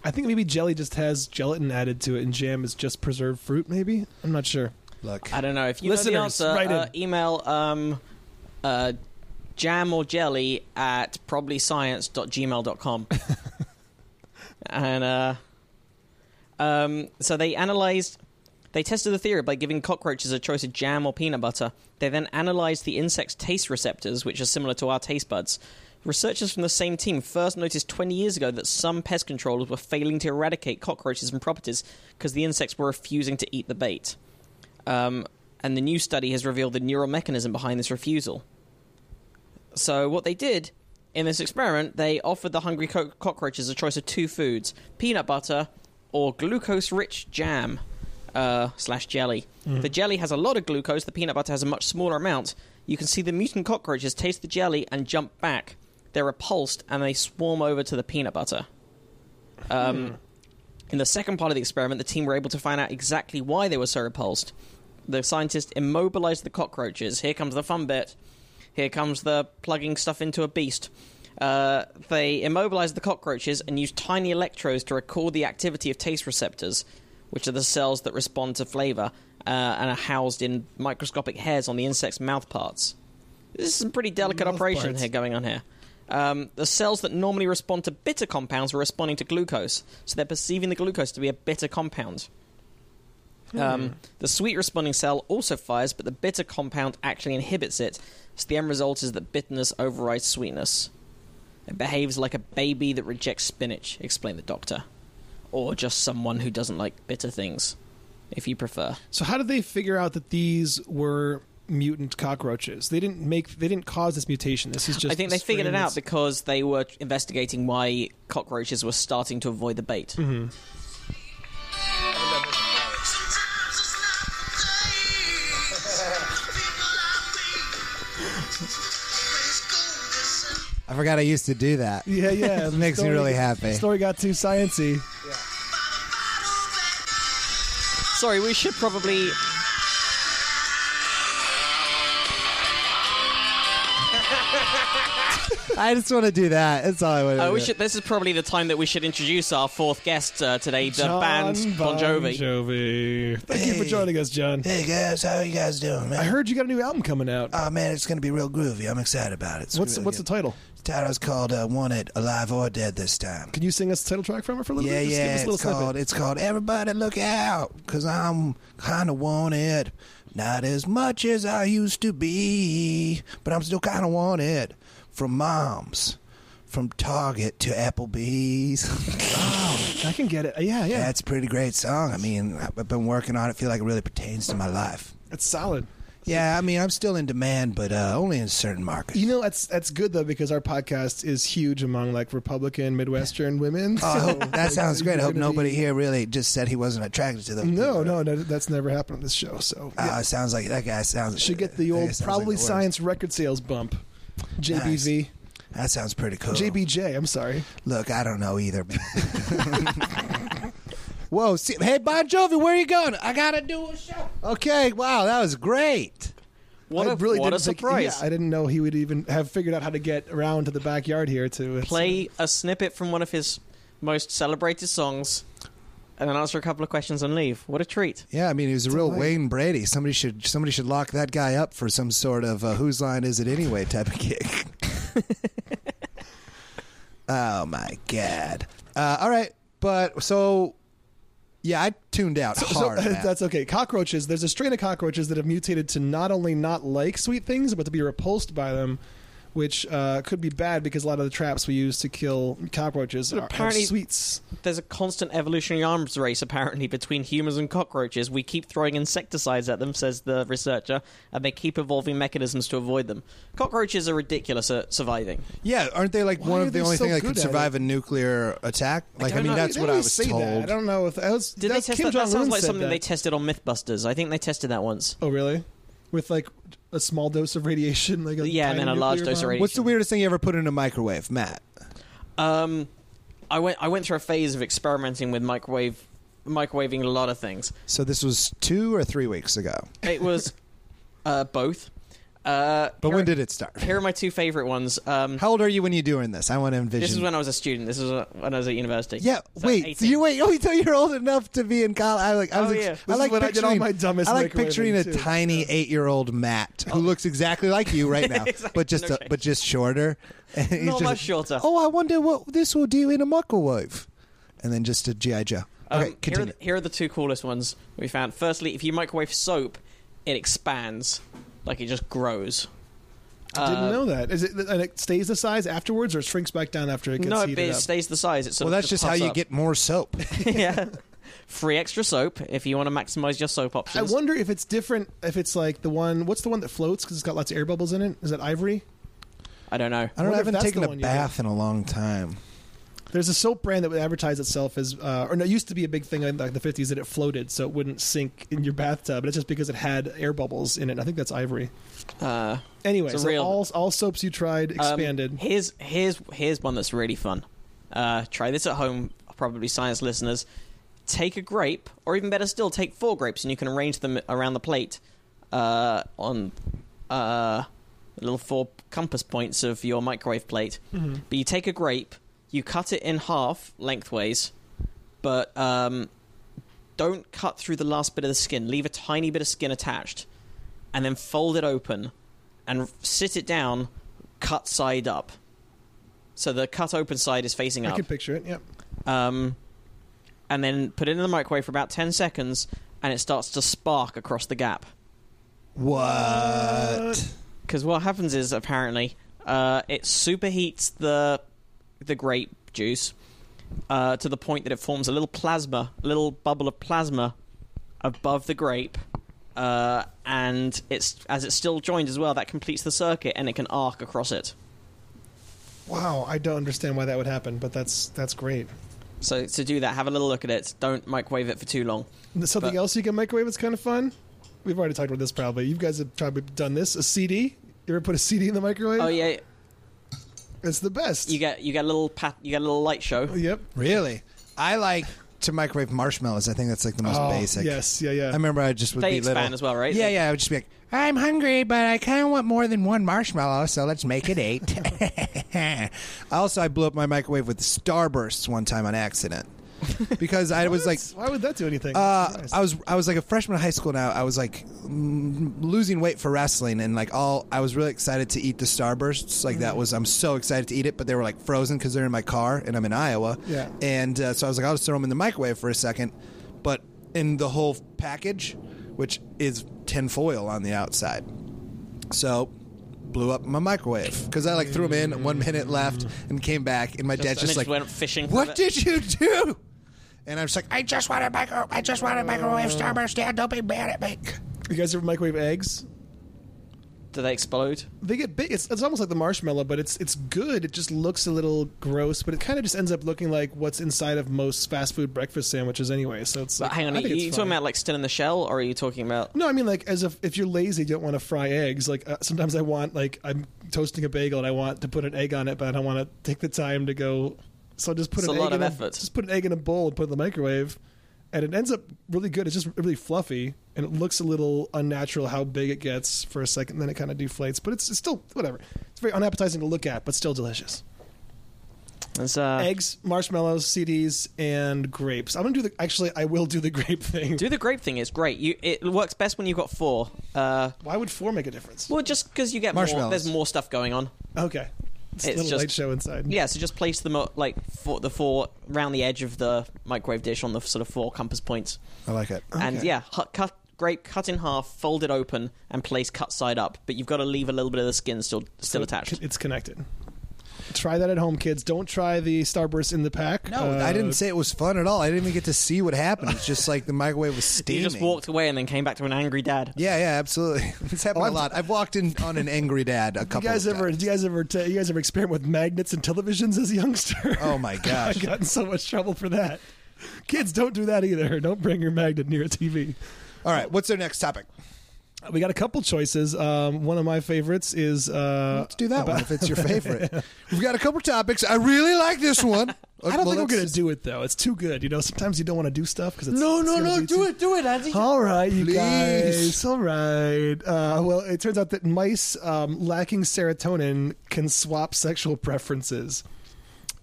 I think maybe jelly just has gelatin added to it, and jam is just preserved fruit. Maybe I'm not sure.
Look,
I don't know if you know the
Listeners,
answer.
write
uh,
in.
email um, uh, jam or jelly at probablyscience.gmail.com. and uh, um, so they analyzed. They tested the theory by giving cockroaches a choice of jam or peanut butter. They then analyzed the insect's taste receptors, which are similar to our taste buds. Researchers from the same team first noticed 20 years ago that some pest controllers were failing to eradicate cockroaches from properties because the insects were refusing to eat the bait. Um, and the new study has revealed the neural mechanism behind this refusal. So, what they did in this experiment, they offered the hungry co- cockroaches a choice of two foods peanut butter or glucose rich jam uh, slash jelly. The jelly has a lot of glucose, the peanut butter has a much smaller amount. You can see the mutant cockroaches taste the jelly and jump back. They're repulsed and they swarm over to the peanut butter. Um, In the second part of the experiment, the team were able to find out exactly why they were so repulsed. The scientist immobilized the cockroaches. Here comes the fun bit. Here comes the plugging stuff into a beast. Uh, they immobilized the cockroaches and used tiny electrodes to record the activity of taste receptors, which are the cells that respond to flavor uh, and are housed in microscopic hairs on the insect's mouth parts. This is some pretty delicate
Mouth
operation
parts.
here going on here. Um, the cells that normally respond to bitter compounds were responding to glucose, so they're perceiving the glucose to be a bitter compound. Um, the sweet responding cell also fires, but the bitter compound actually inhibits it, so the end result is that bitterness overrides sweetness. It behaves like a baby that rejects spinach, explained the doctor. Or just someone who doesn't like bitter things, if you prefer.
So how did they figure out that these were mutant cockroaches? They didn't make. They didn't cause this mutation. This is just.
I think
a
they figured
strain
it
that's-
out because they were investigating why cockroaches were starting to avoid the bait.
Mm-hmm.
I forgot I used to do that.
Yeah, yeah. the
Makes me really happy.
Story got too sciency.
Sorry, we should probably.
I just want to do that. That's all I want to
Uh,
do.
we should. This is probably the time that we should introduce our fourth guest uh, today, the
John
band Bon Jovi.
Jovi. Thank you for
Hey.
joining us, John.
Hey guys, how are you guys doing,
I
man?
heard you got a new album coming out.
Oh man, it's gonna be real groovy. I'm excited about it. It's
what's
really
what's the
good.
title?
title's called uh, "Wanted Alive or Dead" this time.
Can you sing us the title track from it for a little
Yeah,
bit? Just give us
yeah.
a
It's
little
called
snippet.
it's called "Everybody Look Out" because I'm kind of wanted, not as much as I used to be, but I'm still kind of wanted from moms, from Target to Applebee's.
I can get it. Yeah, yeah.
That's a pretty great song. I mean, I've been working on it. Feel like it really pertains to my life.
it's solid.
Yeah, I mean, I'm still in demand, but uh, only in certain markets.
You know that's that's good though because our podcast is huge among like Republican Midwestern women.
Oh, I hope- that sounds great. I hope
You're gonna
nobody
be-
here really just said he wasn't attracted to them.
No, no, no, that's never happened on this show. So
Uh,
yeah.
it sounds like that guy sounds.
should get
that
the
guy
old
sounds like
probably
the worst.
science record sales bump. JBV,
That sounds pretty cool.
JBJ. I'm sorry.
Look, I don't know either. Man. Whoa! See, hey, Bon Jovi, where are you going? I gotta do a show. Okay. Wow, that was great.
What
I
a,
really
what a
didn't think-
surprise!
yeah, I didn't know he would even have figured out how to get around to the backyard here to it's-
Play a snippet from one of his most celebrated songs, and then answer a couple of questions and leave. What a treat!
Yeah, I mean, he was a real
light.
Wayne Brady. Somebody should somebody should lock that guy up for some sort of uh, whose line is it anyway type of kick. oh my god! Uh, all right, but so Yeah, I tuned out
So,
hard. Matt.
that's okay. Cockroaches. There's a strain of cockroaches that have mutated to not only not like sweet things, but to be repulsed by them, which uh, could be bad because a lot of the traps we use to kill cockroaches are, have
apparently-
sweets.
There's a constant evolutionary arms race apparently between humans and cockroaches. We keep throwing insecticides at them, says the researcher, and they keep evolving mechanisms to avoid them. Cockroaches are ridiculous at surviving.
yeah, aren't they like
Why
one
are
of the
they
only
so
thing that could
good at
survive a nuclear attack? Like, I,
don't
mean,
know.
that's
They
what I
always
was
say
told.
That. I don't know if that was.
Did
that's
they test
Kim
that? That
Jong
sounds
Un
like
said
something
that.
they tested on MythBusters. I think they tested that once.
Oh really? With like a small dose of radiation, like a
Yeah, and
tiny
then a large
nuclear
dose of
bomb?
radiation.
What's the weirdest thing you ever put in a microwave, Matt?
Um, I went I went through a phase of experimenting with microwave microwaving a lot of things.
So this was two or three weeks ago.
It was uh, both. Uh,
But
here,
when did it start?
here are my two favorite ones. Um,
How old are you when you're doing this? I want to envision.
this is when I was a student. This is uh, when I was at university.
yeah,
So
wait. So
18.
you wait. Oh, until you're old enough to be in college. I like. I was.
Oh,
ex-
yeah.
I
This
like
is when I did all
picturing.
my dumbest
I like
microwaving,
picturing a
too.
tiny eight-year-old Matt who looks exactly like you right now,
Oh. Exactly,
but just
no
uh,
change.
but just shorter. And he's
Not
just
much
like,
shorter.
Oh, I wonder what this will do in a microwave, and then just a GI Joe.
Um,
Okay,
here, are
continue.
the, here are the two coolest ones we found. Firstly, if you microwave soap, it expands, like it just grows.
I didn't
Uh,
know that. Is it and it stays the size afterwards, or it shrinks back down after it gets
No, but
heated
it
up?
stays the size. It sort
well,
of
that's just how
puffs
you
up.
get more soap.
yeah. Free extra soap if you want to maximize your soap
I
options.
wonder if it's different. If it's like the one, what's the one that floats because it's got lots of air bubbles in it? Is that ivory?
I don't know.
I don't. know,
wonder if
I haven't
that's the
taken a
one you
bath in a long time.
There's a soap brand that would advertise itself as, uh, or no, it used to be a big thing in like the 50s that it floated so it wouldn't sink in your bathtub. But it's just because it had air bubbles in it. I think that's ivory.
Uh,
Anyway,
It's a
so
real-
all all soaps you tried
um,
expanded.
here's here's here's one that's really fun. Uh, try this at home, probably science listeners. Take a grape, or even better still, take four grapes, and you can arrange them around the plate uh, on uh, little four compass points of your microwave plate. But you take a grape, you cut it in half lengthways, but um, don't cut through the last bit of the skin. Leave a tiny bit of skin attached, and then fold it open and sit it down, cut side up. So the cut open side is facing
I
up.
can picture it. Yep.
Um, and then put it in the microwave for about 10 seconds, and it starts to spark across the gap.
What?
Because what happens is apparently uh, it superheats the the grape juice uh, to the point that it forms a little plasma, a little bubble of plasma above the grape, uh, and it's as it's still joined as well. That completes the circuit, and it can arc across it.
Wow, I don't understand why that would happen, but that's that's great.
So to do that, have a little look at it. Don't microwave it for too long.
And there's Something
But-
else you can microwave that's kind of fun. We've already talked about this probably. You guys have probably done this. A CD. You ever put a CD in the microwave?
Oh yeah,
It's the best.
you get you get a little pat, you get a little light show.
Yep.
Really? I like to microwave marshmallows. I think that's like the most
Oh,
basic.
Yes. Yeah. Yeah.
I remember I just would
They
be
expand
little.
as well, right?
Yeah,
They-
yeah. I would just be like, I'm hungry, but I kind of want more than one marshmallow, so let's make it eight. I also, I blew up my microwave with starbursts one time on accident because I was like,
why would that do anything?
uh,
Christ.
I was I was like a freshman in high school now. I was like mm, losing weight for wrestling and like all I was really excited to eat the Starbursts. Like that was I'm so excited to eat it, but they were like frozen because they're in my car and I'm in Iowa.
Yeah.
And uh, so I was like, I'll just throw them in the microwave for a second, but in the whole package, which is tin foil on the outside, so. Blew up my microwave because I like threw them in. One minute left, and came back, and my dad's
and it
just
just
like,
went fishing for
What
it."
did you do?" And I'm just like, "I just wanted micro, I just wanted microwave starburst. Dad, don't be mad at me."
you guys ever microwave eggs?
Do they explode?
They get big. It's, it's almost like the marshmallow, but it's it's good. It just looks a little gross, but it kind of just ends up looking like what's inside of most fast food breakfast sandwiches anyway. So it's.
But
like,
hang on,
I
are
think
you,
it's
you talking
fine.
about like still in the shell, or are you talking about?
No, I mean like as if if you're lazy, you don't want to fry eggs. Like uh, sometimes I want like I'm toasting a bagel and I want to put an egg on it, but I don't want to take the time to go. So I just put
It's
an
a
egg
lot
in
of
a,
effort.
just put an egg in a bowl and put it in the microwave, and it ends up really good. It's just really fluffy and it looks a little unnatural how big it gets for a second, then it kind of deflates. But it's, it's still whatever. It's very unappetizing to look at, but still delicious.
It's, uh,
Eggs, marshmallows, CDs, and grapes. I'm gonna do the actually I will do the grape thing.
Do the grape thing. It's great. You, it works best when you've got four. Uh,
Why would four make a difference?
well, just because you get more.
Marshmallows.
There's more stuff going on.
Okay. It's a
It's
little
just-
light show inside.
Yeah, so just place them at, like for the four round the edge of the microwave dish on the sort of four compass points,
I like it.
and
Okay.
yeah, hu- cut grape cut in half, fold it open, and place cut side up. But you've got to leave a little bit of the skin still still attached.
It's connected. Try that at home, kids. Don't try the starburst in the pack.
No,
Uh,
I didn't say it was fun at all. I didn't even get to see what happened. It's just like the microwave was
You
steaming.
just walked away and then came back to an angry dad.
Yeah, yeah, absolutely. It's happened
Oh,
a lot. I've walked in on an angry dad a
You
couple.
guys
Oh,
of
ever?
times.
Do you guys ever? T- you guys ever experiment with magnets and televisions as a youngster?
Oh my gosh.
I got in so much trouble for that. Kids, don't do that either. Don't bring your magnet near a TV.
All right, what's their next topic?
We got a couple choices. Um, one of my favorites is uh,
Let's do that one if it's your favorite. We've got a couple topics. I really like this one.
I don't think we're gonna do it though. It's too good. You know, sometimes you don't want to do stuff because it's
No,
it's
no,
gonna
no!
be
Do
too-
it, do it, Andy.
All right, you
Please.
guys. All right. Uh, well, it turns out that mice um, lacking serotonin can swap sexual preferences.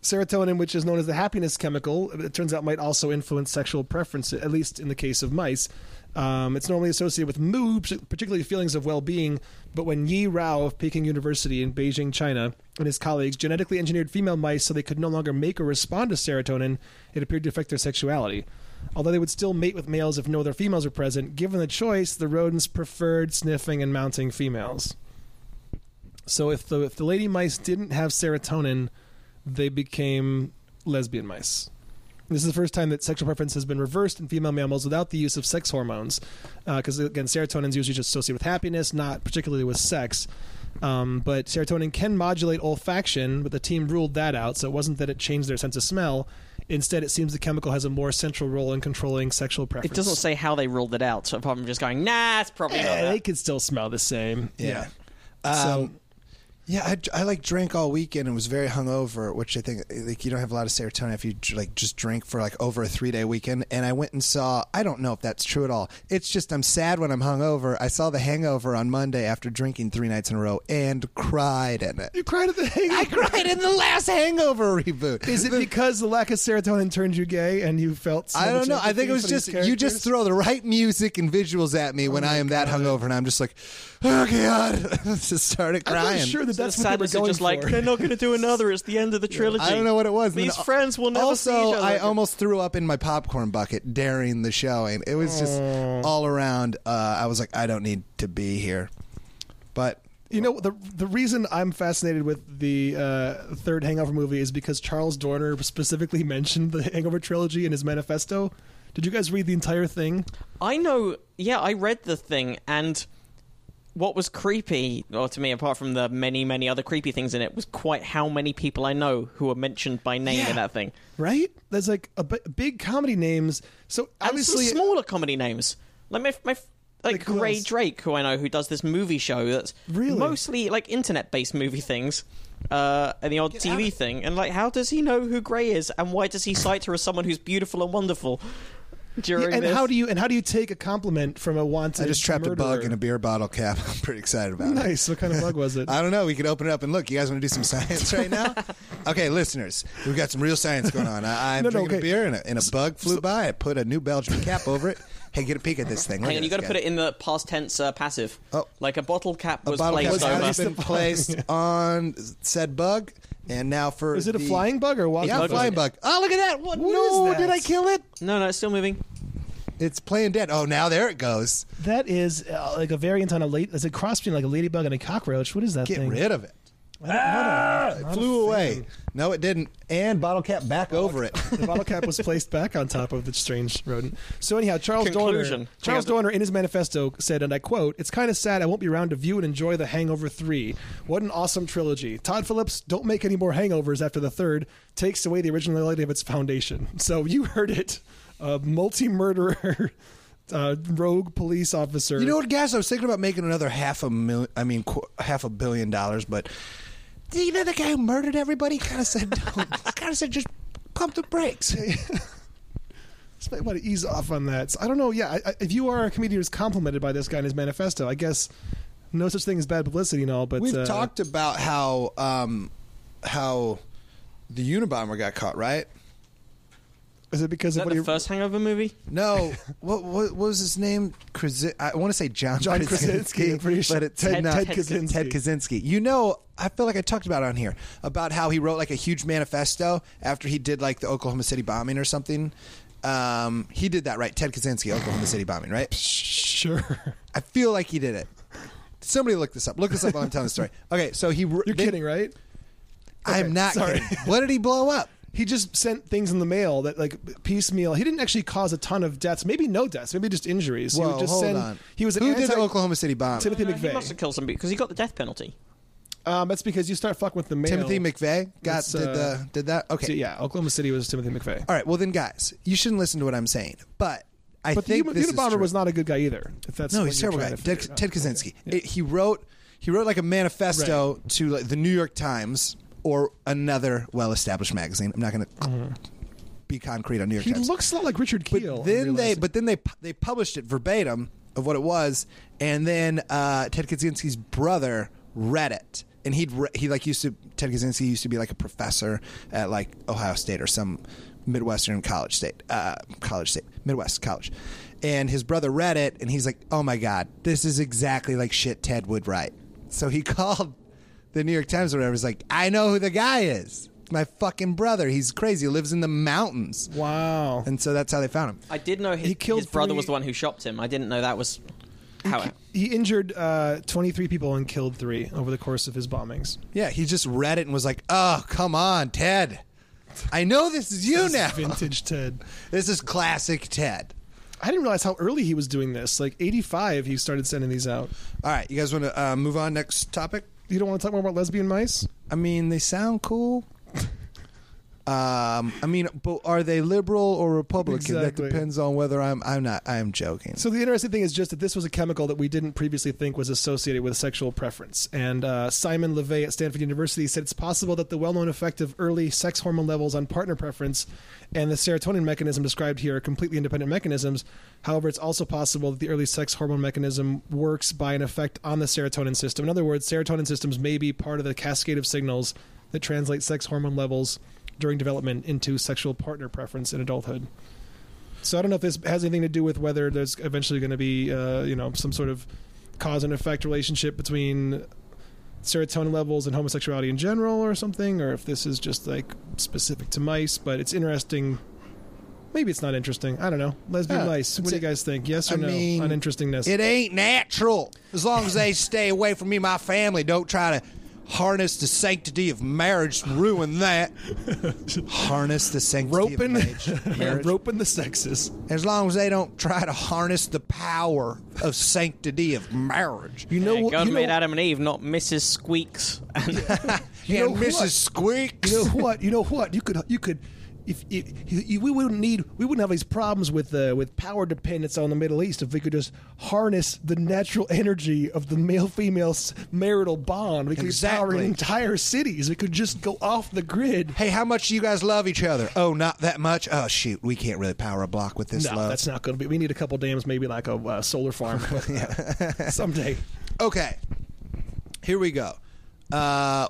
Serotonin, which is known as the happiness chemical, it turns out might also influence sexual preference, at least in the case of mice. Um, it's normally associated with mood, particularly feelings of well being. But when Yi Rao of Peking University in Beijing, China, and his colleagues genetically engineered female mice so they could no longer make or respond to serotonin, it appeared to affect their sexuality. Although they would still mate with males if no other females were present, given the choice, the rodents preferred sniffing and mounting females. So if the if the lady mice didn't have serotonin, they became lesbian mice. This is the first time that sexual preference has been reversed in female mammals without the use of sex hormones, because again, serotonin is usually just associated with happiness, not particularly with sex. Um, but serotonin can modulate olfaction, but the team ruled that out. So it wasn't that it changed their sense of smell. Instead, it seems the chemical has a more central role in controlling sexual preference.
It doesn't say how they ruled it out, so apart from just going, nah, it's probably not
Eh,
that.
they could still smell the same.
Yeah. Um, yeah, I, I like drank all weekend and was very hungover, which I think like you don't have a lot of serotonin if you like just drink for like over a three day weekend. And I went and saw. I don't know if that's true at all. It's just I'm sad when I'm hungover. I saw The Hangover on Monday after drinking three nights in a row and cried in it.
You cried at the hangover.
I cried in the last Hangover reboot.
Is it because the lack of serotonin turned you gay and you felt? So
I
much
don't know. I
empathy
think it was
for
just
these
you just
characters?
throw the right music and visuals at me when I am that hungover, and I'm just like, oh god, just started
I'm
crying.
not sure that
So the
that's what they were
sadness of
going
just like
for.
they're not going to do another. It's the end of the trilogy.
I don't know what it was. And
These
then-
friends will never
also,
see each other.
I almost threw up in my popcorn bucket during the showing. It was just all around. Uh, I was like, I don't need to be here. But
You know the the reason I'm fascinated with the uh, third Hangover movie is because Charles Dorner specifically mentioned the Hangover trilogy in his manifesto. Did you guys read the entire thing?
I know. Yeah, I read the thing, and what was creepy, or to me, apart from the many, many other creepy things in it, was quite how many people I know who were mentioned by name
Yeah.
in that thing.
Right? There's like a b- big comedy names. So obviously,
and some smaller comedy names like my my like
Like who
Ray
else?
Drake, who I know, who does this movie show that's
Really?
mostly like internet-based movie things. Uh, and the odd TV thing, and like, how does he know who Grey is, and why does he cite her as someone who's beautiful and wonderful? During
and
this?
how do you and how do you take a compliment from a wanted?
I just trapped a bug
murderer?
in a beer bottle cap. I'm pretty excited about it.
Nice. What kind of bug was it?
I don't know. We could open it up and look. You guys want to do some science right now? okay, listeners, we've got some real science going on. I, I'm
No, no, okay.
drinking a beer and a, and a bug flew by. I put a new Belgian cap over it. Hey, get a peek at this thing. Look
Hang
at
on, you
this
got to
guy.
put it in the past tense uh, passive.
Oh.
like a bottle cap
A
was
bottle cap
placed
has
over.
Placed
been
over.
placed on said bug, and now for
Is it a
the-
flying bug or a walking
Yeah,
bug?
flying bug. Oh, look at that! What?
What
no,
is that?
did I kill it?
No, no, it's still moving.
It's playing dead. Oh, now there it goes.
That is uh, like a variant on a late. It's a cross between like a ladybug and a cockroach. What is that
Get
thing?
rid of it.
Ah!
It flew away. No, it didn't. And bottle cap back over it.
the bottle cap was placed back on top of the strange rodent. So anyhow, Charles
Conclusion.
Dorner, Charles Dorner in his manifesto said, and I quote, "It's kind of sad I won't be around to view and enjoy The Hangover 3. What an awesome trilogy. Todd Phillips, don't make any more hangovers after the third. Takes away the originality of its foundation." So you heard it, a multi-murderer, uh, rogue police officer.
You know what, guys? I was thinking about making another half a million. I mean, qu- half a billion dollars. But do you know the guy who murdered everybody? Kind of said, kind of said, just pump the brakes.
Just might want to ease off on that. So I don't know. Yeah, I, I, if you are a comedian who's complimented by this guy in his manifesto, I guess no such thing as bad publicity and all. But
We've
uh,
talked about how um, how the Unabomber got caught, right?
Is it because
Is
of
that
what
the
he
first Hangover movie?
No, what, what what was his name? Krasin- I want to say John,
John Krasinski,
Krasinski,
I'm pretty sure.
but it's
Ted-
no,
Ted
Ted
Kaczynski.
Ted Kaczynski. You know, I feel like I talked about it on here about how he wrote like a huge manifesto after he did like the Oklahoma City bombing or something. Um, he did that right, Ted Kaczynski, Oklahoma City bombing, right?
Sure.
I feel like he did it. Somebody look this up. Look this up while I'm telling the story. Okay, so he.
You're kidding, right?
I'm
Okay,
not
sorry.
kidding. What did he blow up?
He just sent things in the mail that like piecemeal. He didn't actually cause a ton of deaths. Maybe no deaths. Maybe just injuries. he
Whoa,
would just
hold
send.
on.
He was an
Who
anti-
did the Oklahoma City bomb?
Timothy
No, he must have
McVeigh.
killed somebody because he got the death penalty.
Um, that's because you start fucking with the mail.
Timothy McVeigh got
It's,
did
uh,
the did that. Okay,
Yeah, Oklahoma City was Timothy McVeigh.
All right. Well, then, guys, you shouldn't listen to what I'm saying. But I
But the
think
Unabomber
this is true.
was not a good guy either. If that's
no,
what
he's a
you're
terrible
trying
guy.
to
Ted,
figure out.
Ted Kaczynski. It- he wrote he wrote like a manifesto to like, the New York Times or another well-established magazine. I'm not going to be concrete on New York
Mm-hmm. He
Times.
looks a lot like Richard
but
Keel. I
then they
realized.
but then they pu- they published it verbatim of what it was, and then uh, Ted Kaczynski's brother read it. And he'd re- he like used to Ted Kaczynski used to be like a professor at like Ohio State or some Midwestern college state uh, college state Midwest college, and his brother read it and he's like, oh my god, this is exactly like shit Ted would write. So he called the New York Times or whatever. He's like, I know who the guy is. It's My fucking brother. He's crazy. He lives in the mountains.
wow.
And so that's how they found him.
I did know his,
He killed
his brother
three-
was the one who shopped him. I didn't know that was how. it-
he injured uh, 23 people and killed three over the course of his bombings.
Yeah, he just read it and was like, "Oh, come on, Ted. I know this is you now.
Vintage Ted.
This is classic Ted."
I didn't realize how early he was doing this. Like 85, he started sending these out.
All right, you guys want to uh, move on next topic?
You don't want to talk more about lesbian mice?
I mean, they sound cool. Um, I mean, but are they liberal or Republican?
Exactly.
That depends on whether I'm. I'm not. I'm joking.
So the interesting thing is just that this was a chemical that we didn't previously think was associated with sexual preference. And uh, Simon LeVay at Stanford University said it's possible that the well-known effect of early sex hormone levels on partner preference and the serotonin mechanism described here are completely independent mechanisms. However, it's also possible that the early sex hormone mechanism works by an effect on the serotonin system. In other words, serotonin systems may be part of the cascade of signals that translate sex hormone levels during development into sexual partner preference in adulthood. So I don't know if this has anything to do with whether there's eventually going to be, uh, you know, some sort of cause and effect relationship between serotonin levels and homosexuality in general, or something, or if this is just like specific to mice. But it's interesting. Maybe it's not interesting. I don't know. Lesbian
Yeah,
mice. What
it's
do you
a-
guys think? Yes or
I
no
mean,
on interestingness?
It ain't natural. As long as they stay away from me, and my family don't try to harness the sanctity of marriage. Ruin that. harness the sanctity
roping,
of marriage.
Yeah,
marriage.
roping the sexes.
As long as they don't try to harness the power of sanctity of marriage.
You know
Yeah,
what?
God
you know,
made Adam and Eve, not Mrs. Squeaks. And
You
know
and
what?
Mrs. Squeaks.
You know what? You know what? You could you could if, if you, we wouldn't need we wouldn't have these problems with uh, with power dependence on the Middle East if we could just harness the natural energy of the male female marital bond. We could power
Exactly.
entire cities. We could just go off the grid.
hey, how much do you guys love each other? Oh, not that much. Oh, shoot. We can't really power a block with this
No,
love.
that's not going to be. We need a couple dams, maybe like a uh, solar farm but, uh, someday.
Okay. Here we go. Uh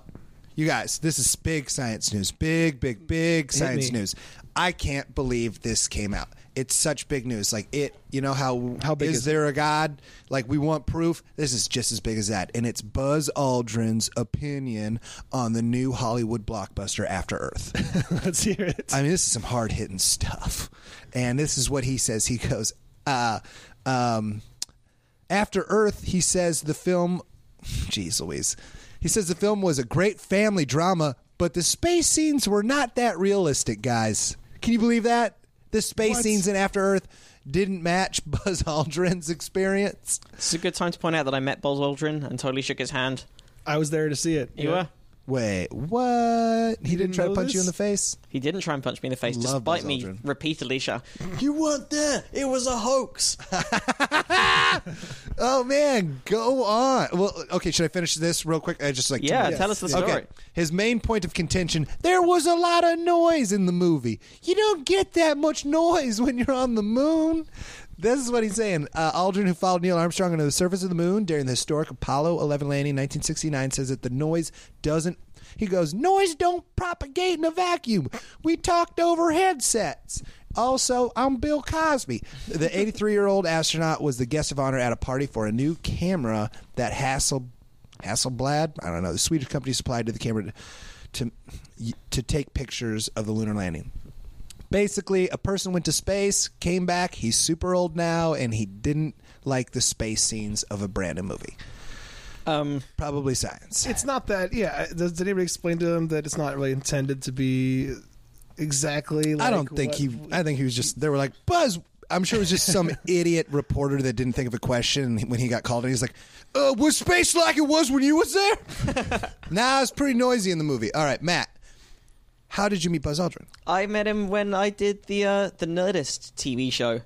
you guys, this is big science news. Big, big, big science
me.
news. I can't believe this came out. It's such big news. Like it, you know how
How big
is,
is it?
there a god? Like we want proof. This is just as big as that, and it's Buzz Aldrin's opinion on the new Hollywood blockbuster After Earth.
Let's hear it.
I mean, this is some hard hitting stuff. And this is what he says. He goes, uh, um, After Earth, he says the film, jeez Louise, he says the film was a great family drama, but the space scenes were not that realistic, guys. Can you believe that? The space
What?
scenes in After Earth didn't match Buzz Aldrin's experience.
it's a good time to point out that I met Buzz Aldrin and totally shook his hand.
I was there to see it.
You were.
Wait, what? He
didn't
didn't try to
know
punch you
this?
in the face?
He didn't try and punch me in the face,
Love
despite
Buzz
me
Aldrin.
repeatedly shouting, "You weren't there! It was a hoax!"
Oh man, go on. Well, okay. Should I finish this real quick? I just like two
Yeah,
minutes.
tell us the
Okay.
story.
His main point of contention: there was a lot of noise in the movie. You don't get that much noise when you're on the moon. This is what he's saying. Uh, Aldrin, who followed Neil Armstrong onto the surface of the moon during the historic Apollo 11 landing in 1969, says that the noise doesn't. He goes, noise don't propagate in a vacuum. We talked over headsets. Also, I'm Bill Cosby. The 83 year old astronaut was the guest of honor at a party for a new camera that Hassel Hasselblad, I don't know, the Swedish company supplied to the camera to to take pictures of the lunar landing. Basically, a person went to space, came back, he's super old now, and he didn't like the space scenes of a Brandon movie.
Um,
Probably science.
It's not that. Yeah. Does, did anybody explain to him that it's not really intended to be exactly? Like
I don't think
what-
he. I think he was just. They were like Buzz. I'm sure it was just some idiot reporter that didn't think of a question when he got called, and he's like, uh, "Was space like it was when you was there?" nah, it's pretty noisy in the movie. All right, Matt, how did you meet Buzz Aldrin?
I met him when I did the uh, the Nerdist TV show,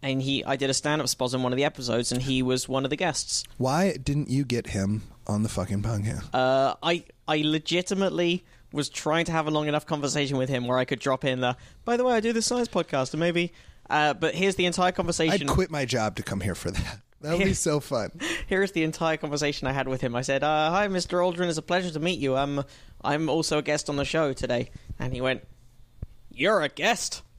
and he I did a stand up spot on one of the episodes, and he was one of the guests.
Why didn't you get him on the fucking podcast?
Uh, I I legitimately was trying to have a long enough conversation with him where I could drop in the. By the way, I do this science podcast, and maybe. Uh, but here's the entire
I'd
conversation.
quit my job to come here for that. That would be so fun.
Here is the entire conversation I had with him. I said, uh, "Hi, Mr. Aldrin. It's a pleasure to meet you. I'm I'm also a guest on the show today." And he went, "You're a guest."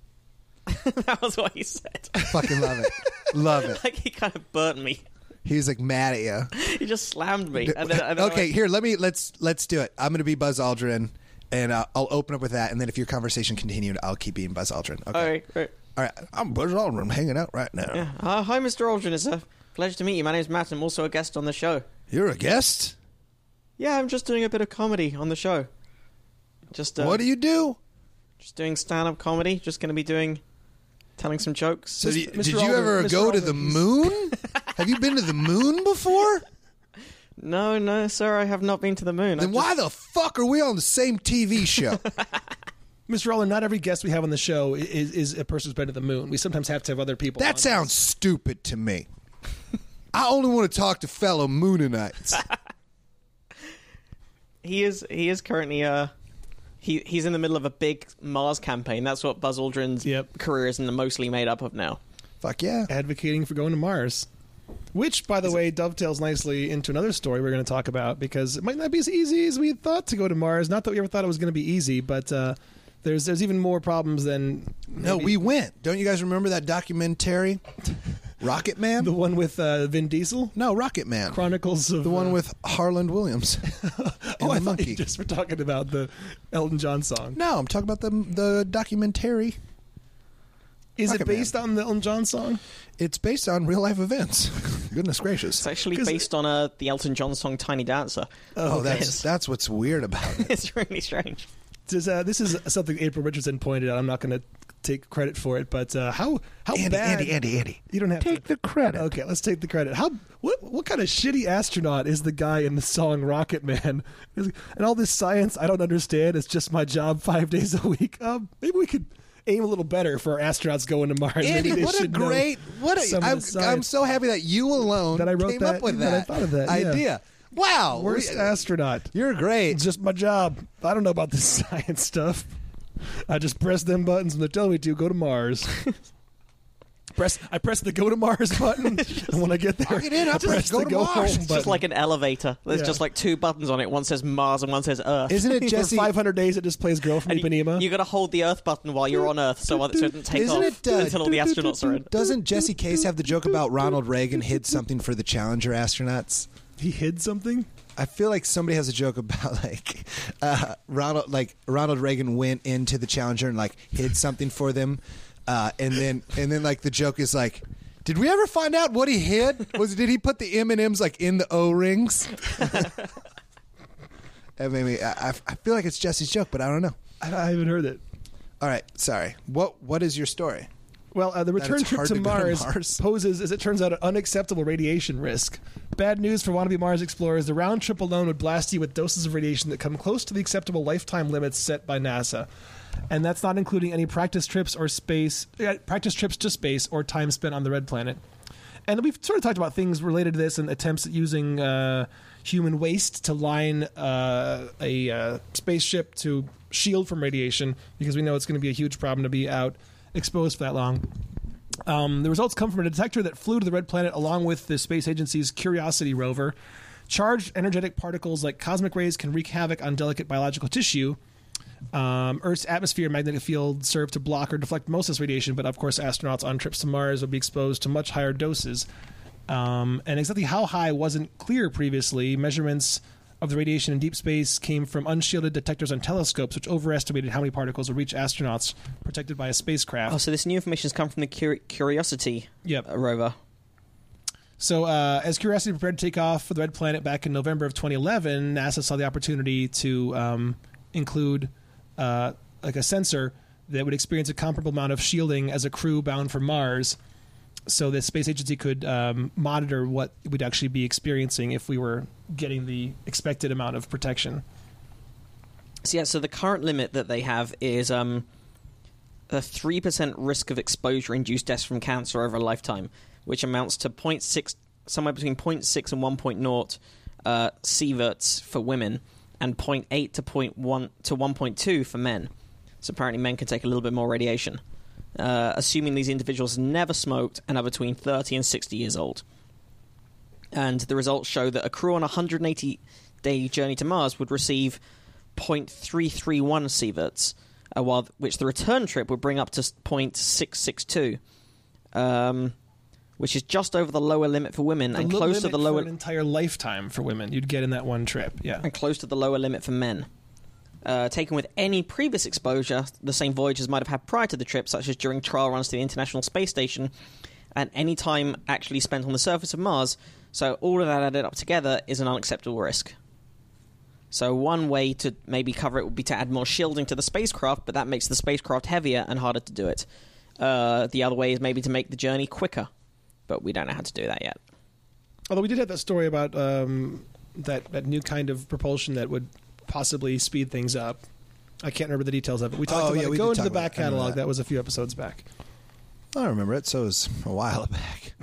that was what he said.
Fucking love it. Love it.
like he kind of burnt me.
He was like mad at you.
He just slammed me. And then, and then I
okay,
went,
here let me let's let's do it. I'm going to be Buzz Aldrin, and uh, I'll open up with that, and then if your conversation continued, I'll keep being Buzz Aldrin. Okay.
all right, all right.
All right. I'm Buzz Aldrin. I'm hanging out right now.
Yeah. Uh, hi, Mr. Aldrin. It's a pleasure to meet you. My name's Matt. I'm also a guest on the show.
You're a guest.
Yeah, I'm just doing a bit of comedy on the show. Just uh,
what do you do?
just doing stand-up comedy. Just going to be doing telling some jokes.
So do you-
Mr.
did you
Aldrin-
ever
Mr.
go to
Aldrin,
the
he's-
moon? Have you been to the moon before?
no, no, sir. I have not been to the moon.
Then
I
why the fuck are we on the same TV show?
Mr. Roller, not every guest we have on the show i- is, is a person who's been to the moon. We sometimes have to have other people.
That
on.
sounds stupid to me. I only want to talk to fellow Moonanites.
He is. He is currently. Uh, he he's in the middle of a big Mars campaign. That's what Buzz Aldrin's
Yep.
career is mostly made up of now.
Fuck yeah.
advocating for going to Mars. Which, by the way, dovetails nicely into another story we're going to talk about because it might not be as easy as we had thought to go to Mars. Not that we ever thought it was going to be easy, but uh, there's there's even more problems than
No, we went. Don't you guys remember that documentary? Rocket Man?
the one with uh, Vin Diesel.
no, Rocket Man.
Chronicles of
the one
uh,
with Harland Williams. and
oh,
the
I thought
monkey.
you just were talking about the Elton John song.
No, I'm talking about the the documentary.
Is it
Rocket
based on the Elton John song?
It's based on real life events. Goodness gracious.
It's actually
'Cause-
based on uh, the Elton John song "Tiny Dancer."
Oh, that's that's what's weird about it.
it's really strange.
Does, uh, this is something April Richardson pointed out. I'm not going to take credit for it, but uh, how how
Andy,
bad?
Andy, Andy, Andy.
You don't have to.
Take the credit.
Okay, let's take the credit. How what what kind of shitty astronaut is the guy in the song Rocket Man? He's like, And all this science I don't understand. It's just my job five days a week. Um, maybe we could aim a little better for our astronauts going to Mars. Maybe
Andy,
they
what a
should know
great what a
some of the
I'm, I'm
science.
so happy that you alone
That I wrote
came
that-
up with
that I
that,
thought of that, yeah.
idea. Wow,
worst
we-
astronaut.
you're great.
It's just my job. I don't know about this science stuff. I just press them buttons when they're telling me to go to Mars. press I press the go to Mars button and when I get there.
Lock it in, I press
press
go
the
to
go
Mars.
home
It's just
button.
It's like an elevator. There's
Yeah.
just like two buttons on it. One says Mars and one says Earth.
Isn't it
For
Jesse?
500 days, it just plays "Girl from
And you,
Ipanema."
you got to hold the Earth button while you're on Earth, so it doesn't take
Isn't
off
it, uh,
until all the astronauts are in.
Doesn't Jesse Case have the joke about Ronald Reagan hid something for the Challenger astronauts?
he hid something.
I feel like somebody has a joke about like uh, Ronald, like Ronald Reagan went into the Challenger and like hid something for them, uh, and then and then like the joke is like, did we ever find out what he hid? Was did he put the M and M's like in the O rings? I mean, I, I- I feel like it's Jesse's joke, but I don't know.
I, I haven't heard it.
All right, sorry. What what is your story?
Well, uh, the return
it's
trip
hard
to
to go to
Mars,
Mars.
poses, as it turns out, an unacceptable radiation risk. Bad news for wannabe Mars explorers: the round trip alone would blast you with doses of radiation that come close to the acceptable lifetime limits set by NASA, and that's not including any practice trips or space uh, practice trips to space or time spent on the Red Planet. And we've sort of talked about things related to this and attempts at using uh, human waste to line uh, a uh, spaceship to shield from radiation because we know it's going to be a huge problem to be out exposed for that long. Um, the results come from a detector that flew to the red planet along with the space agency's Curiosity rover. Charged energetic particles like cosmic rays can wreak havoc on delicate biological tissue. Um, Earth's atmosphere and magnetic field serve to block or deflect most of this radiation, but of course, astronauts on trips to Mars would be exposed to much higher doses. Um, and exactly how high wasn't clear previously. Measurements of the radiation in deep space came from unshielded detectors on telescopes, which overestimated how many particles would reach astronauts protected by a spacecraft.
Oh, so this new information has come from the Curi- Curiosity
Yep.
uh, rover.
So, uh, as Curiosity prepared to take off for the Red Planet back in November of 2011, NASA saw the opportunity to um, include uh, like a sensor that would experience a comparable amount of shielding as a crew bound for Mars, so the space agency could um, monitor what we'd actually be experiencing if we were getting the expected amount of protection.
So yeah, so the current limit that they have is um, a three percent risk of exposure-induced deaths from cancer over a lifetime, which amounts to 0.6, somewhere between 0.6 and 1.0 uh, sieverts for women, and 0.8 to 0.1 to 1.2 for men. So apparently, men can take a little bit more radiation. Uh, assuming these individuals never smoked and are between 30 and 60 years old and the results show that a crew on a 180 day journey to Mars would receive 0.331 sieverts, uh, while which the return trip would bring up to 0.662, um, which is just over the lower limit for women and
li-
close to
limit
the
for
lower
an entire lifetime for women you'd get in that one trip. Yeah.
and close to the lower limit for men. Uh, taken with any previous exposure the same voyagers might have had prior to the trip, such as during trial runs to the International Space Station and any time actually spent on the surface of Mars, so all of that added up together is an unacceptable risk. So, one way to maybe cover it would be to add more shielding to the spacecraft, but that makes the spacecraft heavier and harder to do it. Uh, the other way is maybe to make the journey quicker, but we don't know how to do that yet.
Although we did have that story about um, that that new kind of propulsion that would possibly speed things up. I can't remember the details of it. We talked
Oh,
about
yeah,
it.
we
Go
did
into
talk
the
about
back
it. I remember
catalog.
that.
That was a few episodes back.
I remember it. So it was a while back.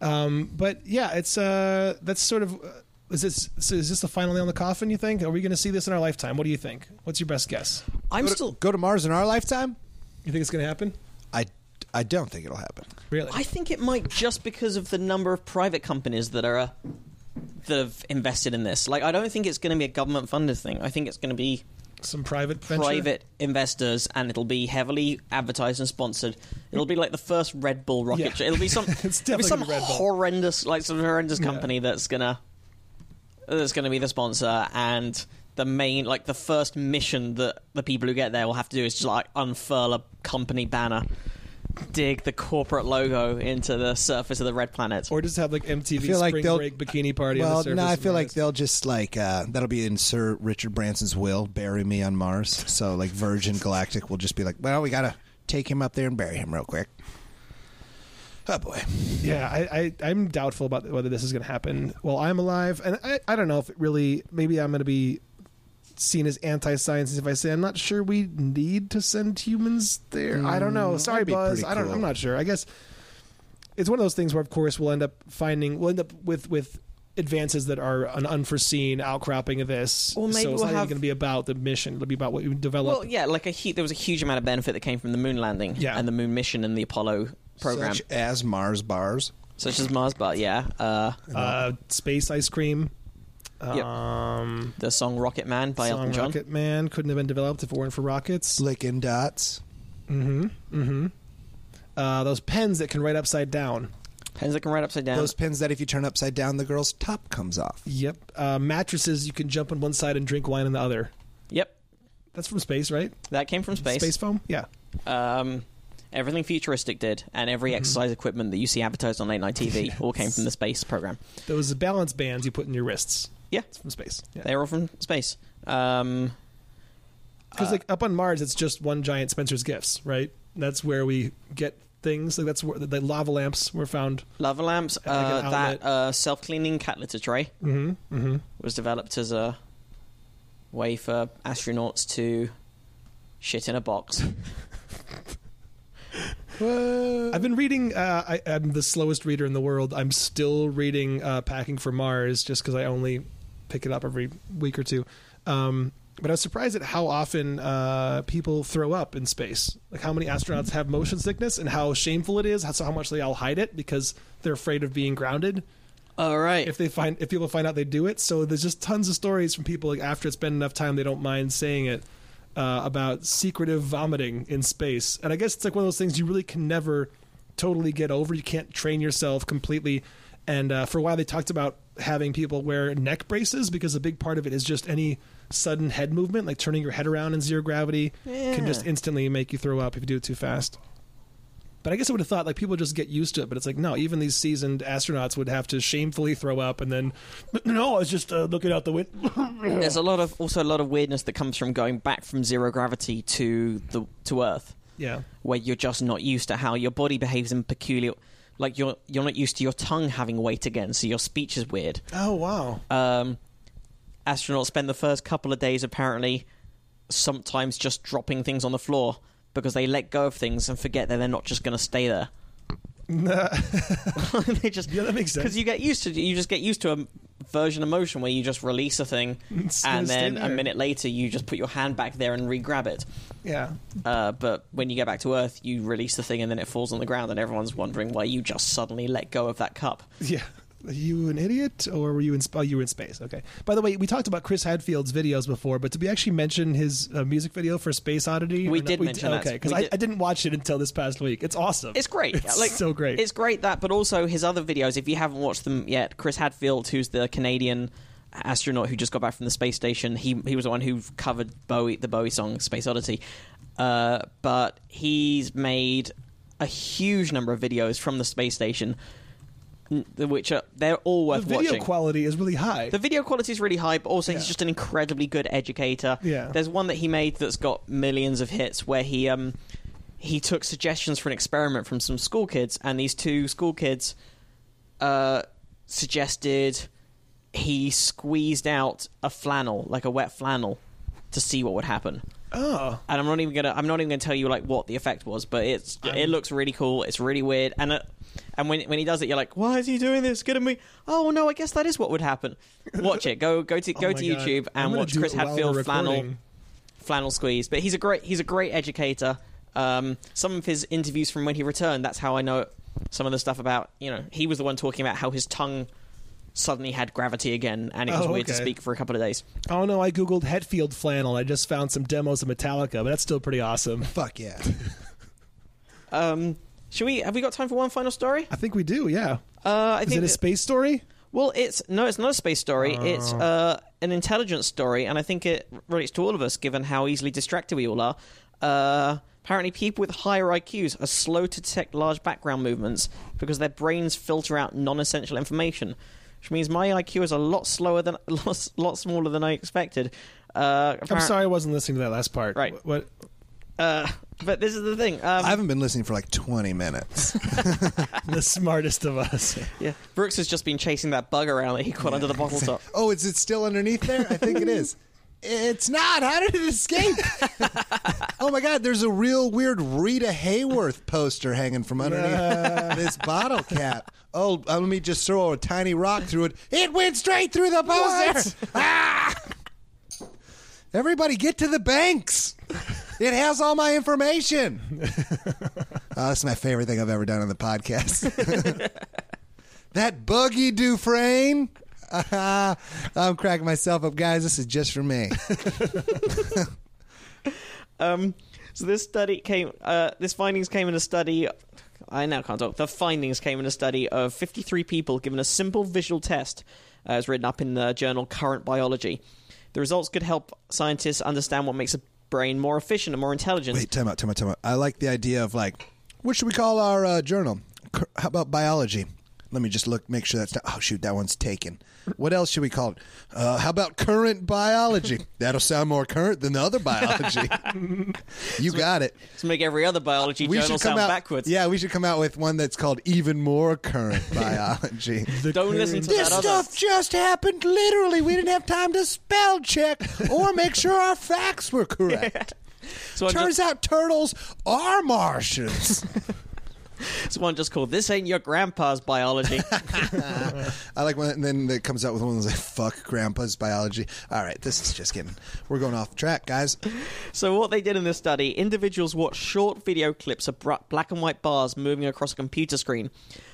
Um, but yeah, it's uh, that's sort of uh, is this so is this the final nail in the coffin? You think? Are we going to see this in our lifetime? What do you think? What's your best guess?
I'm
go
still.
to, go to Mars in our lifetime.
You think it's going to happen?
I I don't think it'll happen.
Really?
I think it might just because of the number of private companies that are uh, that have invested in this. Like, I don't think it's going to be a government funded thing. I think it's going to be
Some private venture?
private investors, and it'll be heavily advertised and sponsored. It'll be like the first Red Bull rocket
Yeah.
ship. It'll be some,
It's
it'll be
definitely
some
gonna be Red Bull.
horrendous, like some horrendous company that's gonna that's gonna be the sponsor and. The main, like the first mission that the people who get there will have to do is just like unfurl a company banner, dig the corporate logo into the surface of the red planet.
Or just have like MTV
I feel like
spring
they'll-
break bikini party? on
well,
the surface
no, I
of
feel like
Mars.
they'll just like uh, that'll be in Sir Richard Branson's will. Bury me on Mars. So like Virgin Galactic will just be like, well, we gotta take him up there and bury him real quick. Oh boy.
Yeah, I, I, I'm doubtful about whether this is going to happen while I'm alive. And I, I don't know if it really, maybe I'm going to be seen as anti science if I say I'm not sure we need to send humans there. I don't know. Sorry,
Mm, that'd be
Buzz.
pretty
I don't,
cool.
I'm not sure. I guess it's one of those things where, of course, we'll end up finding, we'll end up with, with advances that are an unforeseen outcropping of this.
Or maybe
so it's
we'll
not
have-
even going to be about the mission. It'll be about what you develop.
Well, yeah, like a hu- there was a huge amount of benefit that came from the moon landing
Yeah.
and the moon mission and the Apollo program,
Such
such,
as Mars bars.
as Mars Bar. Yeah, uh,
uh, space ice cream.
Yep.
Um,
the song Rocket Man by
song
Elton John.
Rocket Man couldn't have been developed if it weren't for rockets.
Licking dots.
uh, those pens that can write upside down.
Pens that can write upside down.
Those pins that if you turn upside down, the girl's top comes off.
Yep. Uh, mattresses you can jump on one side and drink wine on the other.
Yep,
That's from space, right?
that came from space.
Space foam. Yeah.
Um, everything futuristic did, and
Mm-hmm.
every exercise equipment that you see advertised on late night TV all came from the space program.
Those balance bands you put in your wrists.
Yeah,
It's from space. Yeah.
they were all from space. Um,
Because
uh,
like up on Mars, it's just one giant Spencer's Gifts, right? That's where we get things. Like that's where the, the lava lamps were found.
lava lamps.
And like an
Uh, that
outlet.
uh, self cleaning cat litter tray
Mm-hmm. Mm-hmm.
was developed as a way for astronauts to shit in a box.
I've been reading. Uh, I, I'm the slowest reader in the world. I'm still reading uh, Packing for Mars just because I only pick it up every week or two. Um, but I was surprised at how often uh, people throw up in space. Like how many astronauts have motion sickness and how shameful it is. How, so how much they all hide it because they're afraid of being grounded
All right.
if they find if people find out they do it. So there's just tons of stories from people like after it's been enough time they don't mind saying it. uh, about secretive vomiting in space. And I guess it's like one of those things you really can never totally get over. You can't train yourself completely. And uh, for a while, they talked about having people wear neck braces because a big part of it is just any sudden head movement, like turning your head around in zero gravity, can just
Yeah.
instantly make you throw up if you do it too fast. But I guess I would have thought like people just get used to it. But it's like no, even these seasoned astronauts would have to shamefully throw up and then no, I was just uh, looking out the window.
There's a lot of also a lot of weirdness that comes from going back from zero gravity to the to Earth,
yeah,
where you're just not used to how your body behaves in peculiar. Like you're you're not used to your tongue having weight again, so your speech is weird.
Oh wow!
Um, astronauts spend the first couple of days apparently sometimes just dropping things on the floor because they let go of things and forget that they're not just going to stay there. they just
Yeah, that makes sense.
because you get used to you just get used to a version of motion where you just release a thing
It's gonna
and
stay
then a
there.
minute later you just put your hand back there and re-grab it.
yeah,
Uh, but when you get back to Earth, you release the thing and then it falls on the ground and everyone's wondering why you just suddenly let go of that cup.
yeah. Are you an idiot, or were you in? sp- Oh, you were in space. Okay. By the way, we talked about Chris Hadfield's videos before, but did we actually mention his uh, music video for Space Oddity?
We
Or not?
did mention that.
Okay, because
We
I,
did.
I didn't watch it until this past week. It's awesome.
It's great.
It's
like,
so great.
It's great that, but also his other videos, if you haven't watched them yet, Chris Hadfield, who's the Canadian astronaut who just got back from the space station, he, he was the one who covered Bowie, the Bowie song Space Oddity. Uh, but he's made a huge number of videos from the space station, n- which are, they're all
the
worth
video
watching.
quality is really high.
The video quality is really high, but also
Yeah.
he's just an incredibly good educator.
Yeah.
There's one that he made that's got millions of hits where he um he took suggestions for an experiment from some school kids, and these two school kids uh suggested he squeezed out a flannel, like a wet flannel, to see what would happen.
oh,
And I'm not even gonna I'm not even gonna tell you like what the effect was, but it's
Um,
it looks really cool. It's really weird, and uh, and when when he does it, you're like, why is he doing this? Gonna be oh no, I guess that is what would happen. Watch it. Go go to
Oh
go
my
to
God.
YouTube
I'm
and
gonna
watch
do
Chris
it while we're
Hadfield flannel
recording.
flannel squeeze. But he's a great he's a great educator. Um, some of his interviews from when he returned, that's how I know some of the stuff about you know he was the one talking about how his tongue suddenly had gravity again and it was
Oh,
weird to
okay.
speak for a couple of days.
oh no! I googled Hetfield flannel. I just found some demos of Metallica, but that's still pretty awesome.
Fuck yeah.
Um, should we have we got time for one final story?
I think we do. Yeah.
Uh, I
is
think
it a space story?
Well, it's no, it's not a space story.
Oh.
It's uh, an intelligence story, and I think it relates to all of us, given how easily distracted we all are. Uh, apparently, people with higher IQs are slow to detect large background movements because their brains filter out non-essential information, which means my IQ is a lot slower than, a lot, lot smaller than I expected. Uh,
I'm
apparent-
sorry, I wasn't listening to that last part.
Right.
Wh- What?
uh, but this is the thing. Um,
I haven't been listening for like 20 minutes.
the smartest of us.
yeah, Brooks has just been chasing that bug around that he caught under the bottle top.
Oh, is it still underneath there? I think it is. It's not. How did it escape? oh my God! There's a real weird Rita Hayworth poster hanging from underneath this bottle cap. Oh, uh, let me just throw a tiny rock through it. It went straight through the poster. Ah! Everybody, get to the banks. It has all my information. oh, that's my favorite thing I've ever done on the podcast. That buggy Dufresne. I'm cracking myself up, guys. This is just for me.
Um, so this study came. Uh, this findings came in a study. I now can't talk. The findings came in a study of 53 people given a simple visual test, uh, as written up in the journal Current Biology. The results could help scientists understand what makes a brain more efficient and more intelligent.
Wait, time out, time out, time out. I like the idea of like, what should we call our uh, journal? Cur- How about biology? Let me just look, make sure that's not. Oh shoot, that one's taken. What else should we call it? Uh, how about current biology? That'll sound more current than the other biology. you got it.
To make every other
Uh,
biology journal sound
out
backwards.
Yeah, we should come out with one that's called even more current biology.
Don't listen to
This
that
stuff
other.
just happened literally. We didn't have time to spell check or make sure our facts were correct.
So I'm
Turns
just,
out turtles are Martians.
someone just called this ain't your grandpa's biology.
I like when and then that comes out with one that's like fuck grandpa's biology. All right, this is just getting we're going off track, guys.
So what they did in this study, individuals watched short video clips of bra- black and white bars moving across a computer screen.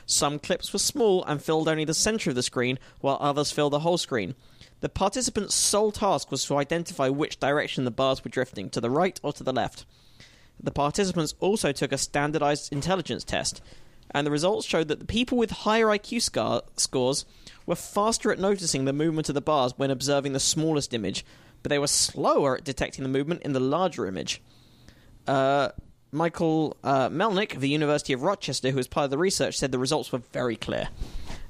Some clips were small and filled only the center of the screen, while others filled the whole screen. The participant's sole task was to identify which direction the bars were drifting, to the right or to the left. The participants also took a standardized intelligence test, and the results showed that the people with higher IQ scar- scores were faster at noticing the movement of the bars when observing the smallest image, but they were slower at detecting the movement in the larger image. Uh, Michael uh, Melnick of the University of Rochester, who was part of the research, said the results were very clear.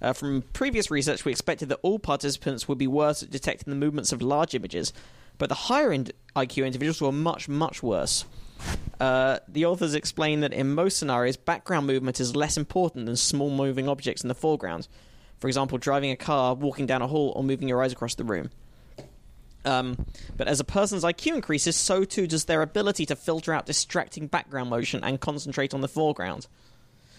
Uh, from previous research, we expected that all participants would be worse at detecting the movements of large images, but the higher end IQ individuals were much, much worse. Uh, the authors explain that in most scenarios, background movement is less important than small moving objects in the foreground. For example, driving a car, walking down a hall, or moving your eyes across the room. Um, but as a person's IQ increases, so too does their ability to filter out distracting background motion and concentrate on the foreground.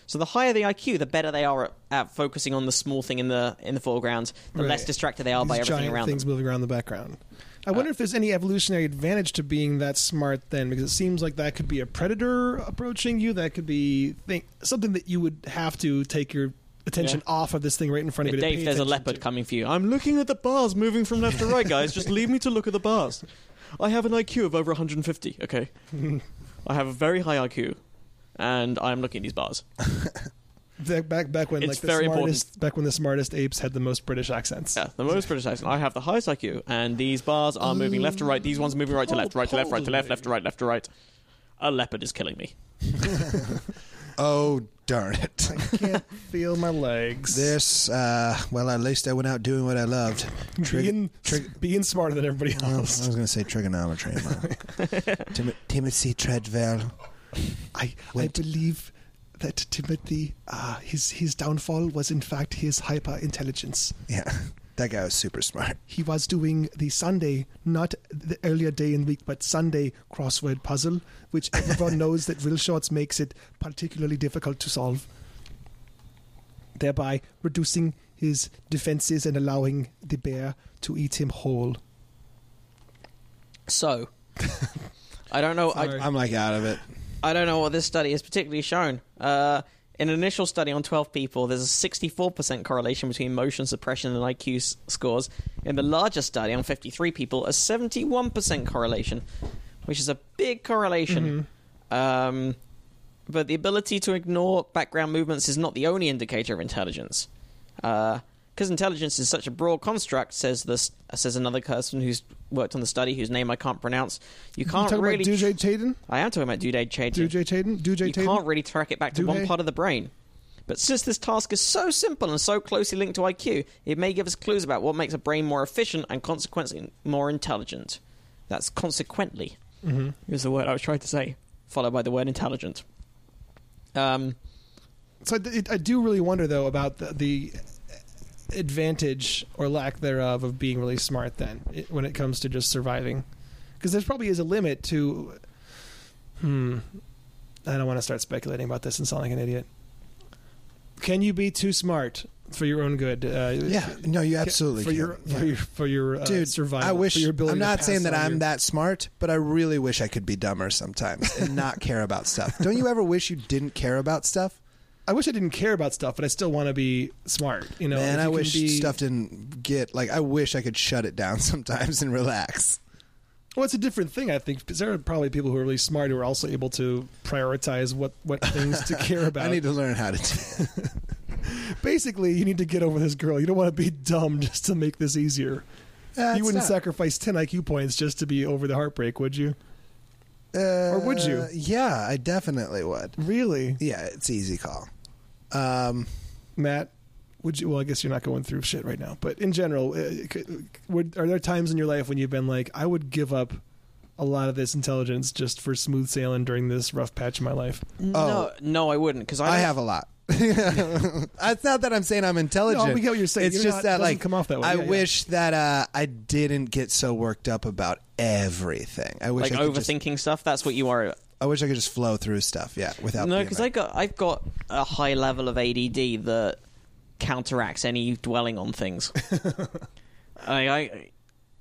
So the higher the IQ, the better they are at, at focusing on the small thing in the in the foreground. The
Right.
less distracted they are by
These
everything
giant
around
things
them. Uh,
moving around the background. I wonder if there's any evolutionary advantage to being that smart then, because it seems like that could be a predator approaching you. That could be think, something that you would have to take your attention off of this thing right in front of you. to
Dave,
pay
there's a
attention
leopard
to.
coming for you. I'm looking at the bars moving from left to right, guys. Just leave me to look at the bars. I have an IQ of over 150. Okay, I have a very high IQ, and I'm looking at these bars.
Back, back, back when
It's
like the
very important.
smartest, back when the smartest apes had the most British accents.
Yeah, the most British accent. I have the highest IQ, and these bars are moving left to right. These ones are moving right to left, right to left, right to left, left to right, left to right. A leopard is killing me.
Oh darn it!
Can't feel my legs.
This uh, well, at least I went out doing what I loved. Trig- Oh,
being, being smarter than everybody
I
else.
was going to say trigonometry. but- Tim- Timothy Treadwell.
I I
Went-
believe that Timothy, uh, his his downfall was in fact his hyper intelligence.
Yeah, that guy was super smart.
He was doing the Sunday, not the earlier day in the week, but Sunday crossword puzzle, which everyone knows that real shorts makes it particularly difficult to solve, thereby reducing his defenses and allowing the bear to eat him whole.
So, I don't know. I,
I'm like out of it.
I don't know what this study has particularly shown. Uh, in an initial study on 12 people, there's a 64% correlation between motion suppression and IQ s- scores. In the larger study on 53 people, a 71% correlation, which is a big correlation. Um, but the ability to ignore background movements is not the only indicator of intelligence. Because intelligence is such a broad construct, says this says another person who's worked on the study, whose name I can't pronounce. You can't really.
Chayden?
I am talking about due date changing.
Chayden?
You
Dujay
can't really track it back to one
Duhay?
part of the brain. But since this task is so simple and so closely linked to IQ, it may give us clues about what makes a brain more efficient and consequently more intelligent. That's consequently
Mm-hmm.
is the word I was trying to say, followed by the word intelligent. Um,
So I, d- I do really wonder though about the, the advantage or lack thereof of being really smart then it, when it comes to just surviving, because there probably is a limit to. Hmm. I don't want to start speculating about this and sound like an idiot. Can you be too smart for your own good? Uh,
Yeah, no, you absolutely
for
can.
your,
Yeah.
for your for your uh,
Dude,
survival.
I wish.
for your ability
I'm
to
not
pass
saying that
on
I'm
your-
that smart, but I really wish I could be dumber sometimes and not care about stuff. Don't you ever wish you didn't care about stuff?
I wish I didn't care about stuff, but I still want to be smart. You know, If
Man,
you
I
can
wish
be-
stuff didn't get like. I wish I could shut it down sometimes and relax.
Well, it's a different thing, I think, because there are probably people who are really smart who are also able to prioritize what, what things to care about.
I need to learn how to. do
Basically, you need to get over this girl. You don't want to be dumb just to make this easier.
Uh, it's
you wouldn't
not-
sacrifice 10 IQ points just to be over the heartbreak, would you?
Uh,
Or would you?
Yeah, I definitely would.
Really?
Yeah, it's easy call. Um,
Matt, would you? Well, I guess you're not going through shit right now, but in general, uh, c- would, are there times in your life when you've been like, I would give up a lot of this intelligence just for smooth sailing during this rough patch of my life?
No, no, I wouldn't because I,
Oh. I
don't-
have a lot. it's not that I'm saying I'm intelligent.
No, we get what you're saying.
It's
You're
just
not-
that
doesn't
like
come off that way.
I
Yeah, yeah.
wish that uh, I didn't get so worked up about everything. I wish
like
I could just,
overthinking stuff. That's what you are.
I wish I could just flow through stuff. Yeah, without
No,
being
because I
like,
got I've got a high level of ADD that counteracts any dwelling on things. I, I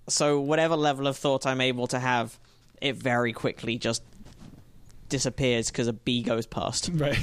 so whatever level of thought I'm able to have, it very quickly just disappears because a bee goes past.
Right.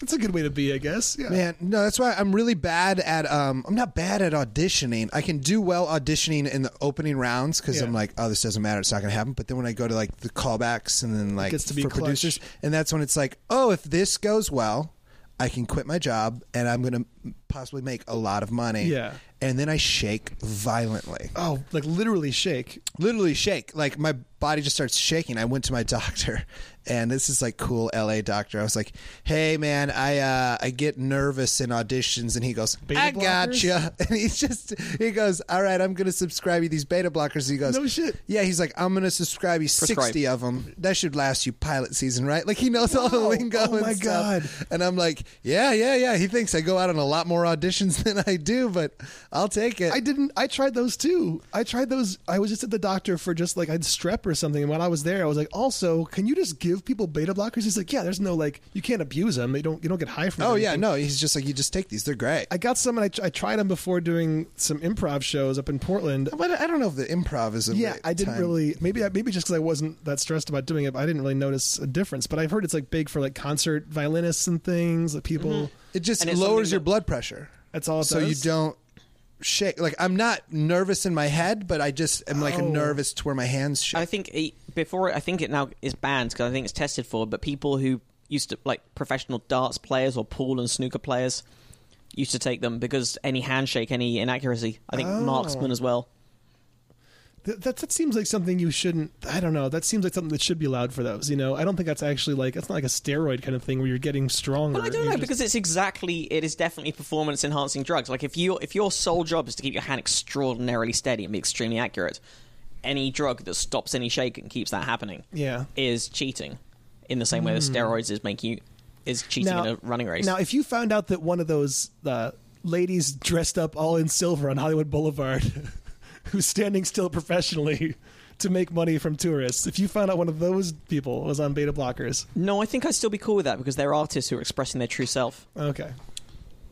That's a good way to be, I guess. Yeah.
Man, no, that's why I'm really bad at. Um, I'm not bad at auditioning. I can do well auditioning in the opening rounds because
Yeah.
I'm like, oh, this doesn't matter. It's not going to happen. But then when I go to like the callbacks and then like
gets to be
for
clutch.
producers, and that's when it's like, oh, if this goes well, I can quit my job and I'm going to possibly make a lot of money.
Yeah.
And then I shake violently,
Oh, like literally shake.
literally shake. Like my body just starts shaking. I went to my doctor, and this is like cool LA doctor. I was like, "Hey man, I uh, I get nervous in auditions," and he goes,
Beta
"I
blockers?
gotcha." And he's just he goes, "All right, I'm gonna subscribe you these beta blockers." He goes,
No shit.
Yeah, he's like, "I'm gonna subscribe you
Prescribe.
sixty of them. That should last you pilot season, right?" Like he knows all the
Wow.
lingo.
Oh,
and
my
stuff.
God.
And I'm like, "Yeah, yeah, yeah." He thinks I go out on a lot more auditions than I do, but I'll take it.
I didn't. I tried those too. I tried those. I was just at the doctor for just like I had strep or something. And when I was there, I was like, also, can you just give people beta blockers? He's like, yeah. There's no like, you can't abuse them. They don't. You don't get high from. it or
Oh yeah,
anything."
no, he's just like you. Just take these; they're great.
I got some, and I, tr- I tried them before doing some improv shows up in Portland.
But I don't know if the improv is. A
Yeah,
great
I didn't
time.
really. Maybe I, maybe just because I wasn't that stressed about doing it, but I didn't really notice a difference. But I've heard it's like big for like concert violinists and things. Like people,
It just
And it's
lowers
something
your
that-
blood pressure,
that's all. It
so you
does.
don't shake. Like I'm not nervous in my head, but I just am like
Oh.
nervous to where my hands shake.
I think it, before I think it now is banned because I think it's tested for. But people who used to like professional darts players or pool and snooker players used to take them because any handshake, any inaccuracy. I think marksman as well.
Th- that that seems like something you shouldn't. I don't know. That seems like something that should be allowed for those. You know, I don't think that's actually like that's not like a steroid kind of thing where you're getting stronger.
Well, I don't
You
know
just-
because it's exactly it is definitely performance enhancing drugs. Like if you if your sole job is to keep your hand extraordinarily steady and be extremely accurate, any drug that stops any shake and keeps that happening
Yeah. Hmm.
is cheating. In the same way that steroids is making you is cheating in a running race.
Now, if you found out that one of those uh, ladies dressed up all in silver on Hollywood Boulevard, who's standing still professionally to make money from tourists, if you found out one of those people was on beta blockers,
no, I think I'd still be cool with that because they're artists who are expressing their true self.
okay.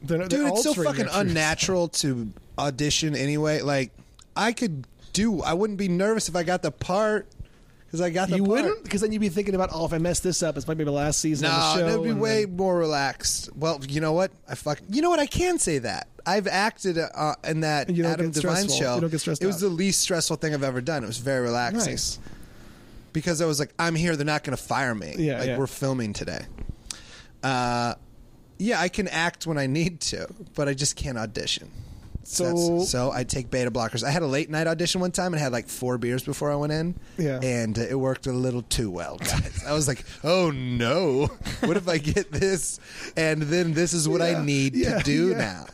They're, they're
Dude, it's so
altering
fucking
their truth.
unnatural to audition anyway. Like I could do. I wouldn't be nervous if I got the part because I got the
You
part.
wouldn't, because then you'd be thinking about, oh, if I mess this up, it's might be the last season
No,
of the show.
that'd be
and
way
then-
more relaxed. Well, you know what? I fuck. You know what? I can say that I've acted uh, in that
And you don't
Adam
get
Devine
stressful.
show.
You don't get stressed
it was
out.
the least stressful thing I've ever done. It was very relaxing
nice.
because I was like, I'm here. They're not going to fire me.
Yeah,
like
yeah.
we're filming today. Uh, yeah, I can act when I need to, but I just can't audition.
So,
That's- so I take beta blockers. I had a late night audition one time and had like four beers before I went in.
Yeah.
and uh, it worked a little too well, guys. I was like, "Oh no, what if I get this?" And then this is what
Yeah,
I need
yeah,
to do
yeah.
now.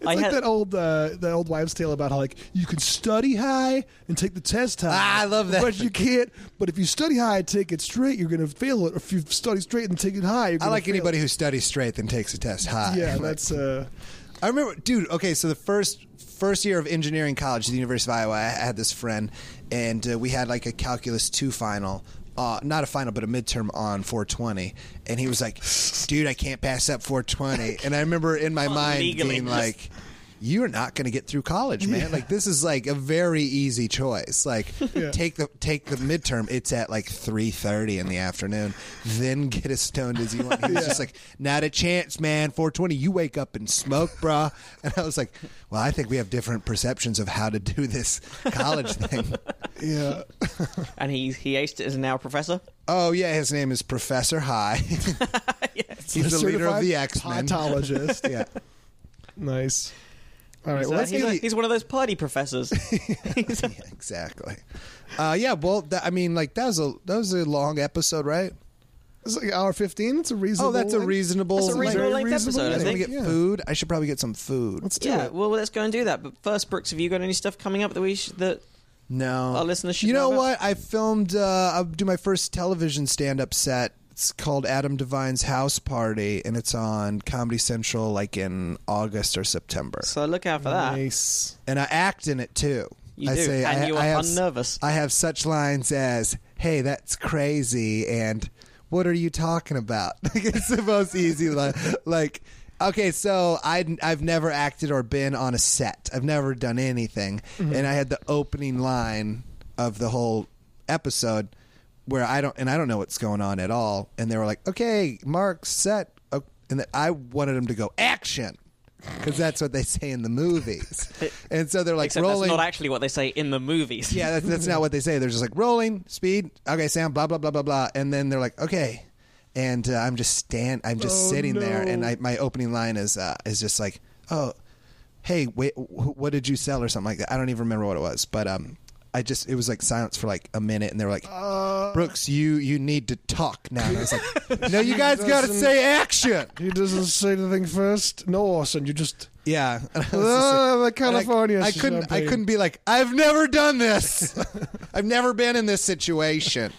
It's
I
like
had-
that old uh, that old wives' tale about how like you can study high and take the test high.
Ah, I love that.
But you can't. But if you study high and take it straight, you're gonna fail it. Or if you study straight and take it high, you're
I
gonna
like
fail
anybody
it.
who studies straight and takes a test high.
Yeah,
Like,
that's uh,
I remember, dude. Okay, so the first first year of engineering college at the University of Iowa, I had this friend, and uh, we had like a calculus two final. Uh, not a final, but a midterm on 420, and he was like, "Dude, I can't pass up 420." And I remember in my mind
legally.
being like, "You're not going to get through college, man. Like this is like a very easy choice. Like take the take the midterm. It's at like 3:30 in the afternoon. Then get as stoned as you want." He was just like, "Not a chance, man. 420. You wake up and smoke, bruh. And I was like, "Well, I think we have different perceptions of how to do this college thing."
yeah.
And he he aced it as now a professor.
Oh yeah, his name is Professor High. He's the leader of
Certified
the X Men.
Patologist.
Yeah.
nice. All right.
So
Well, let's
he's,
do
a-
the-
he's one of those party professors. He's-
yeah, exactly. Uh, yeah, well, that, I mean, like that was a that was a long episode, right?
it's like hour fifteen. It's a reasonable.
Oh, that's a
length.
reasonable.
That's a reasonable
length
episode, I
I'm gonna
think.
get
Yeah.
food. I should probably get some food.
Let's do
yeah,
it.
well, let's go and do that. But first, Brooks, have you got any stuff coming up that we sh- that
no,
Our listeners should
You know,
know about-
what? I filmed. Uh, I'll do my first television stand-up set. It's called Adam Devine's House Party, and it's on Comedy Central, like in August or September.
So look out for that.
Nice.
and I act in it too.
You
I
do,
say
and
I,
you
I
are
have,
unnervous.
I have such lines as "Hey, that's crazy," and "What are you talking about?" Like, it's the most easy line. Like, okay, so I I've never acted or been on a set. I've never done anything,
Mm-hmm.
and I had the opening line of the whole episode where I don't and I don't know what's going on at all, and they were like, "Okay, Mark, set." Uh, and that I wanted them to go action because that's what they say in the movies. And so they're like
Except
rolling.
that's not actually what they say in the movies.
yeah, that's, that's not what they say. They're just like rolling speed. Okay, sound. Blah blah blah blah blah. And then they're like, okay. And uh, I'm just stand. I'm just
Oh,
sitting there, and
no.
I, my opening line is uh, is just like, oh, hey, wait, wh- what did you sell or something like that? I don't even remember what it was, but um, I just it was like silence for like a minute, and they were like,
Uh.
Brooks, you you need to talk now. And I was like, no, you guys got to
doesn't-
say action.
He doesn't say the thing first. No, Austin, you just.
Yeah, And I was just like-
Oh, the
and I-
California
I, couldn't. I
champagne.
couldn't be like, I've never done this. I've never been in this situation.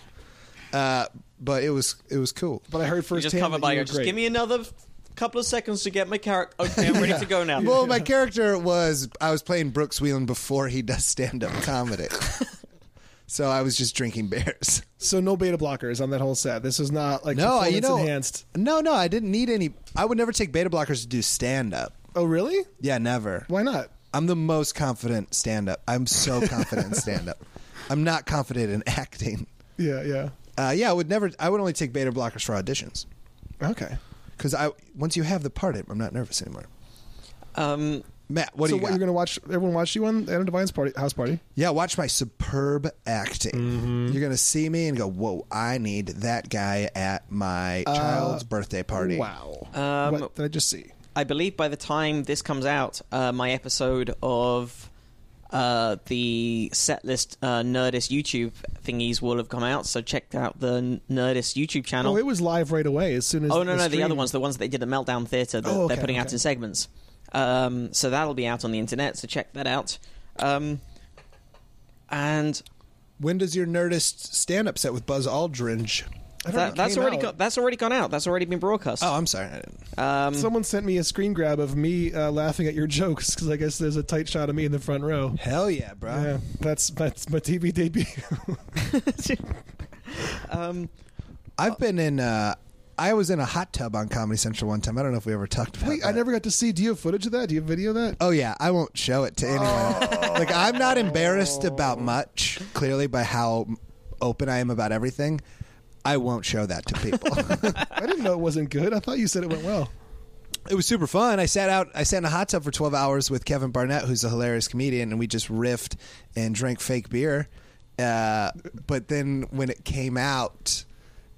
Uh, but it was it was cool.
But I heard
You
first
just cover by
you
your.
were
Just
great.
give me another f- couple of seconds to get my character. Okay, I'm ready to go now.
Well, my character was I was playing Brooks Wheelan before he does stand up comedy, so I was just drinking beers.
So no beta blockers on that whole set. This is not like
No,
performance
you know,
enhanced.
no, no, I didn't need any. I would never take beta blockers to do stand up.
Oh really?
Yeah, never.
Why not?
I'm the most confident stand up. I'm so confident in stand up. I'm not confident in acting.
Yeah, yeah.
Uh, yeah, I would never. I would only take beta blockers for auditions
Okay.
because I once you have the part, I'm not nervous anymore.
Um,
Matt, what
so
do you
what
got?
you're gonna watch? Everyone watch you on Adam Devine's party house party.
yeah, watch my superb acting.
Mm-hmm.
You're gonna see me and go, "Whoa, I need that guy at my child's birthday party."
Uh,
Uh,
Wow.
Um,
what did I just see?
I believe by the time this comes out, uh, my episode of uh, the setlist uh, Nerdist YouTube thingies will have come out. So check out the Nerdist YouTube channel.
Oh, it was live right away as soon as.
Oh, no,
the
no, the
stream-
other ones, the ones that they did at Meltdown Theatre that
Oh, okay,
they're putting out
okay.
in segments. Um, so that'll be out on the internet. So check that out. Um, and
When does your Nerdist stand up set with Buzz Aldringe?
I don't know,
that,
it
that's
came
already
out.
got, that's already gone out. That's already been broadcast.
Oh, I'm sorry, I didn't.
Um,
Someone sent me a screen grab of me uh, laughing at your jokes because I guess there's a tight shot of me in the front row.
Hell yeah, bro!
Yeah, that's that's my TV debut.
um,
I've been in. Uh, I was in a hot tub on Comedy Central one time. I don't know if we ever talked about.
Wait,
that.
I never got to see. Do you have footage of that? Do you have video of that?
Oh yeah, I won't show it to anyone. like I'm not embarrassed about much, clearly by how open I am about everything. I won't show that to people.
I didn't know it wasn't good. I thought you said it went well.
it was super fun. I sat out I sat in a hot tub for 12 hours with Kevin Barnett, who's a hilarious comedian, and we just riffed and drank fake beer. Uh, but then when it came out,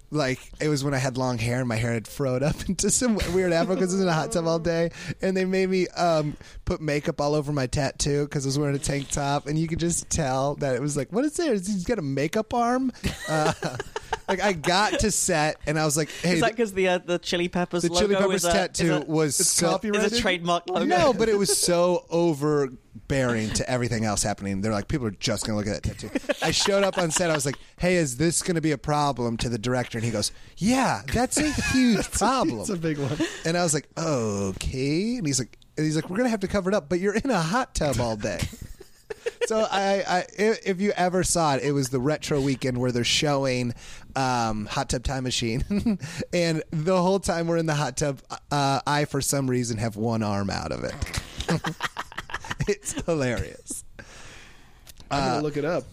like it was when I had long hair and my hair had froed up into some weird afro because I was in a hot tub all day, and they made me um, put makeup all over my tattoo because I was wearing a tank top, and you could just tell that it was like, what is there? Is he's got a makeup arm? Uh, like I got to set and I was like, hey,
is that because the uh, the Chili Peppers
the
logo
Chili Peppers
is a,
tattoo
is a,
was
it's
so
copyright-
is a
Reddit?
trademark logo?
no, but it was so overbearing to everything else happening. They're like, people are just going to look at that tattoo. I showed up on set. I was like, hey, is this going to be a problem to the director? And he goes, yeah, that's a huge problem.
It's a big one.
and I was like, okay. And he's like, and he's like, we're going to have to cover it up, but you're in a hot tub all day. So I, I, i- if you ever saw it, it was the retro weekend where they're showing um, Hot Tub Time Machine, and the whole time we're in the hot tub, uh, I for some reason have one arm out of it. it's hilarious.
I'm gonna look it up.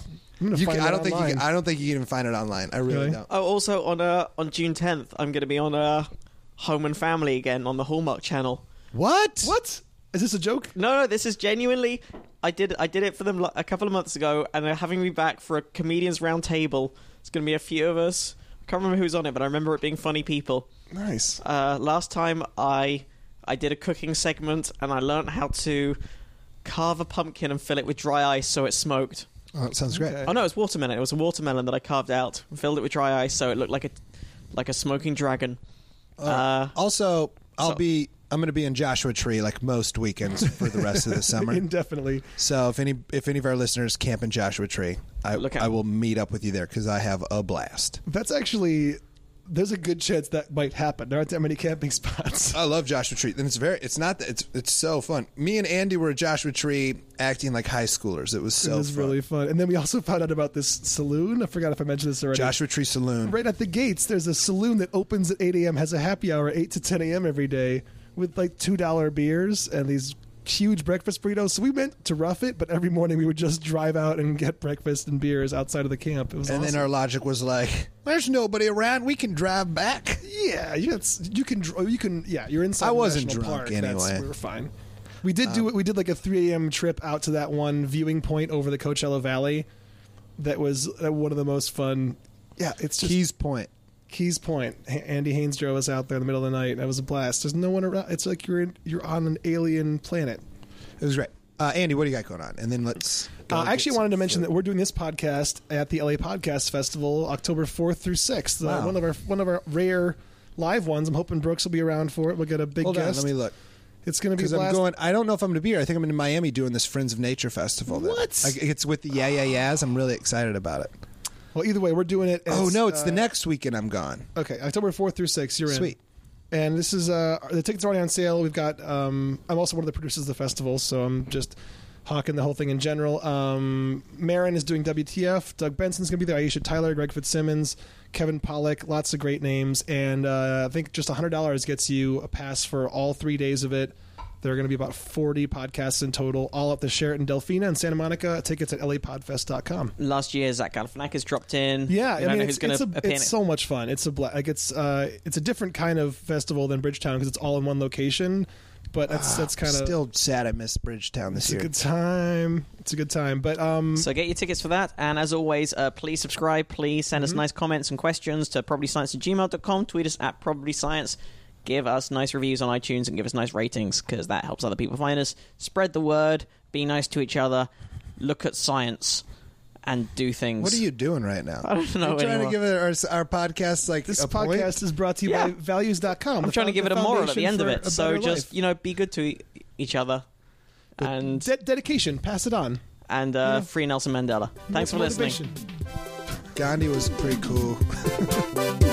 I'm gonna
You
find
can,
it
I don't think you
online.
can, I don't think you can even find it online. I really
Really?
don't.
Oh, also on uh, on June 10th, I'm going to be on uh, Home and Family again on the Hallmark Channel.
What?
What? Is this a joke?
No, no, this is genuinely. I did I did it for them like, a couple of months ago, and they're having me back for a comedians round table. It's going to be a few of us. I can't remember who's on it, but I remember it being funny people.
Nice.
Uh, last time I I did a cooking segment, and I learned how to carve a pumpkin and fill it with dry ice so it smoked.
Oh, that sounds great.
Okay.
Oh no, it was watermelon. It was a watermelon that I carved out, filled it with dry ice, so it looked like a like a smoking dragon.
Oh.
Uh,
Also, I'll
So-
be. I'm going to be in Joshua Tree like most weekends for the rest of the summer.
Indefinitely.
So if any if any of our listeners camp in Joshua Tree, I,
Look out.
I will meet up with you there because I have a blast.
That's actually. There's a good chance that might happen. There aren't that many camping spots.
I love Joshua Tree. And it's very it's not that it's it's so fun. Me and Andy were at Joshua Tree acting like high schoolers. It was so
it was
fun.
really fun. And then we also found out about this saloon. I forgot if I mentioned this already.
Joshua Tree Saloon.
Right at the gates, there's a saloon that opens at 8 a.m., has a happy hour 8 to 10 a.m. every day with like $2 beers and these huge breakfast burritos. So we meant to rough it, but every morning we would just drive out and get breakfast and beers outside of the camp. It was
And
awesome.
then our logic was like, "There's nobody around. We can drive back."
Yeah, you, that's, you can dr- you can yeah, you're inside.
I
the
wasn't
national
drunk
park. That's-
anyway. Um,
we were fine. We did do it. We did like a 3 a.m. trip out to that one viewing point over the Coachella Valley. That was uh, one of the most fun. Yeah, it's just
Keys point.
Keys Point. H- Andy Haynes drove us out there in the middle of the night. That was a blast. There's no one around. It's like you're in, you're on an alien planet.
It was great. Uh, Andy, what do you got going on? And then let's. go
Uh,
and
I
get
actually
some
wanted to mention
food.
that we're doing this podcast at the LA Podcast Festival, October fourth through sixth. Uh,
Wow.
one of our one of our rare live ones. I'm hoping Brooks will be around for it. We'll get a big
Hold on,
guest.
let me look.
It's going to be a
Because
blast.
I'm going. I don't know if I'm going to be here. I think I'm in Miami doing this Friends of Nature festival. then.
What?
Like, it's with the Yeah Yeah Yeahs. I'm really excited about it.
Well, either way, we're doing it. and
oh no, it's the
uh,
next weekend. I'm gone.
Okay, October fourth through sixth. You're in.
Sweet.
And this is uh, the tickets are already on sale. We've got. Um, I'm also one of the producers of the festival, so I'm just hawking the whole thing in general. Um, Marin is doing WTF. Doug Benson's going to be there. Aisha Tyler, Greg Fitzsimmons, Kevin Pollock. Lots of great names. And uh, I think just hundred dollars gets you a pass for all three days of it. There are going to be about 40 podcasts in total, all at the Sheraton Delphina in Santa Monica. Tickets at lapodfest.com.
Last year, Zach Galifianakis dropped in.
Yeah,
we
I
don't
mean,
know
it's,
who's going
it's,
to
a,
appear.
it's so much fun. It's a bla- like it's uh it's a different kind of festival than Bridgetown because it's all in one location. But that's that's kind of
Still sad. I missed Bridgetown this
it's a
year.
good time. It's a good time. But um,
So get your tickets for that. And as always, uh, please subscribe. Please send
Mm-hmm.
us nice comments and questions to probablyscience at gmail.com. Tweet us at probablyscience. Give us nice reviews on iTunes and give us nice ratings because that helps other people find us. Spread the word. Be nice to each other. Look at science and do things.
What are you doing right now? I
don't know
You're trying
anymore.
to give our, our podcast like
this
a
podcast
point?
is brought to you by
Yeah.
values.com.
I'm
the
trying to
found-
give it
the
a moral at the
foundation
end of
for
it.
a
So
better
just,
life.
you know, be good to e- each other. And
De- dedication, pass it on.
and uh, free Nelson Mandela. Thanks for listening.
Motivation.
Gandhi was pretty cool.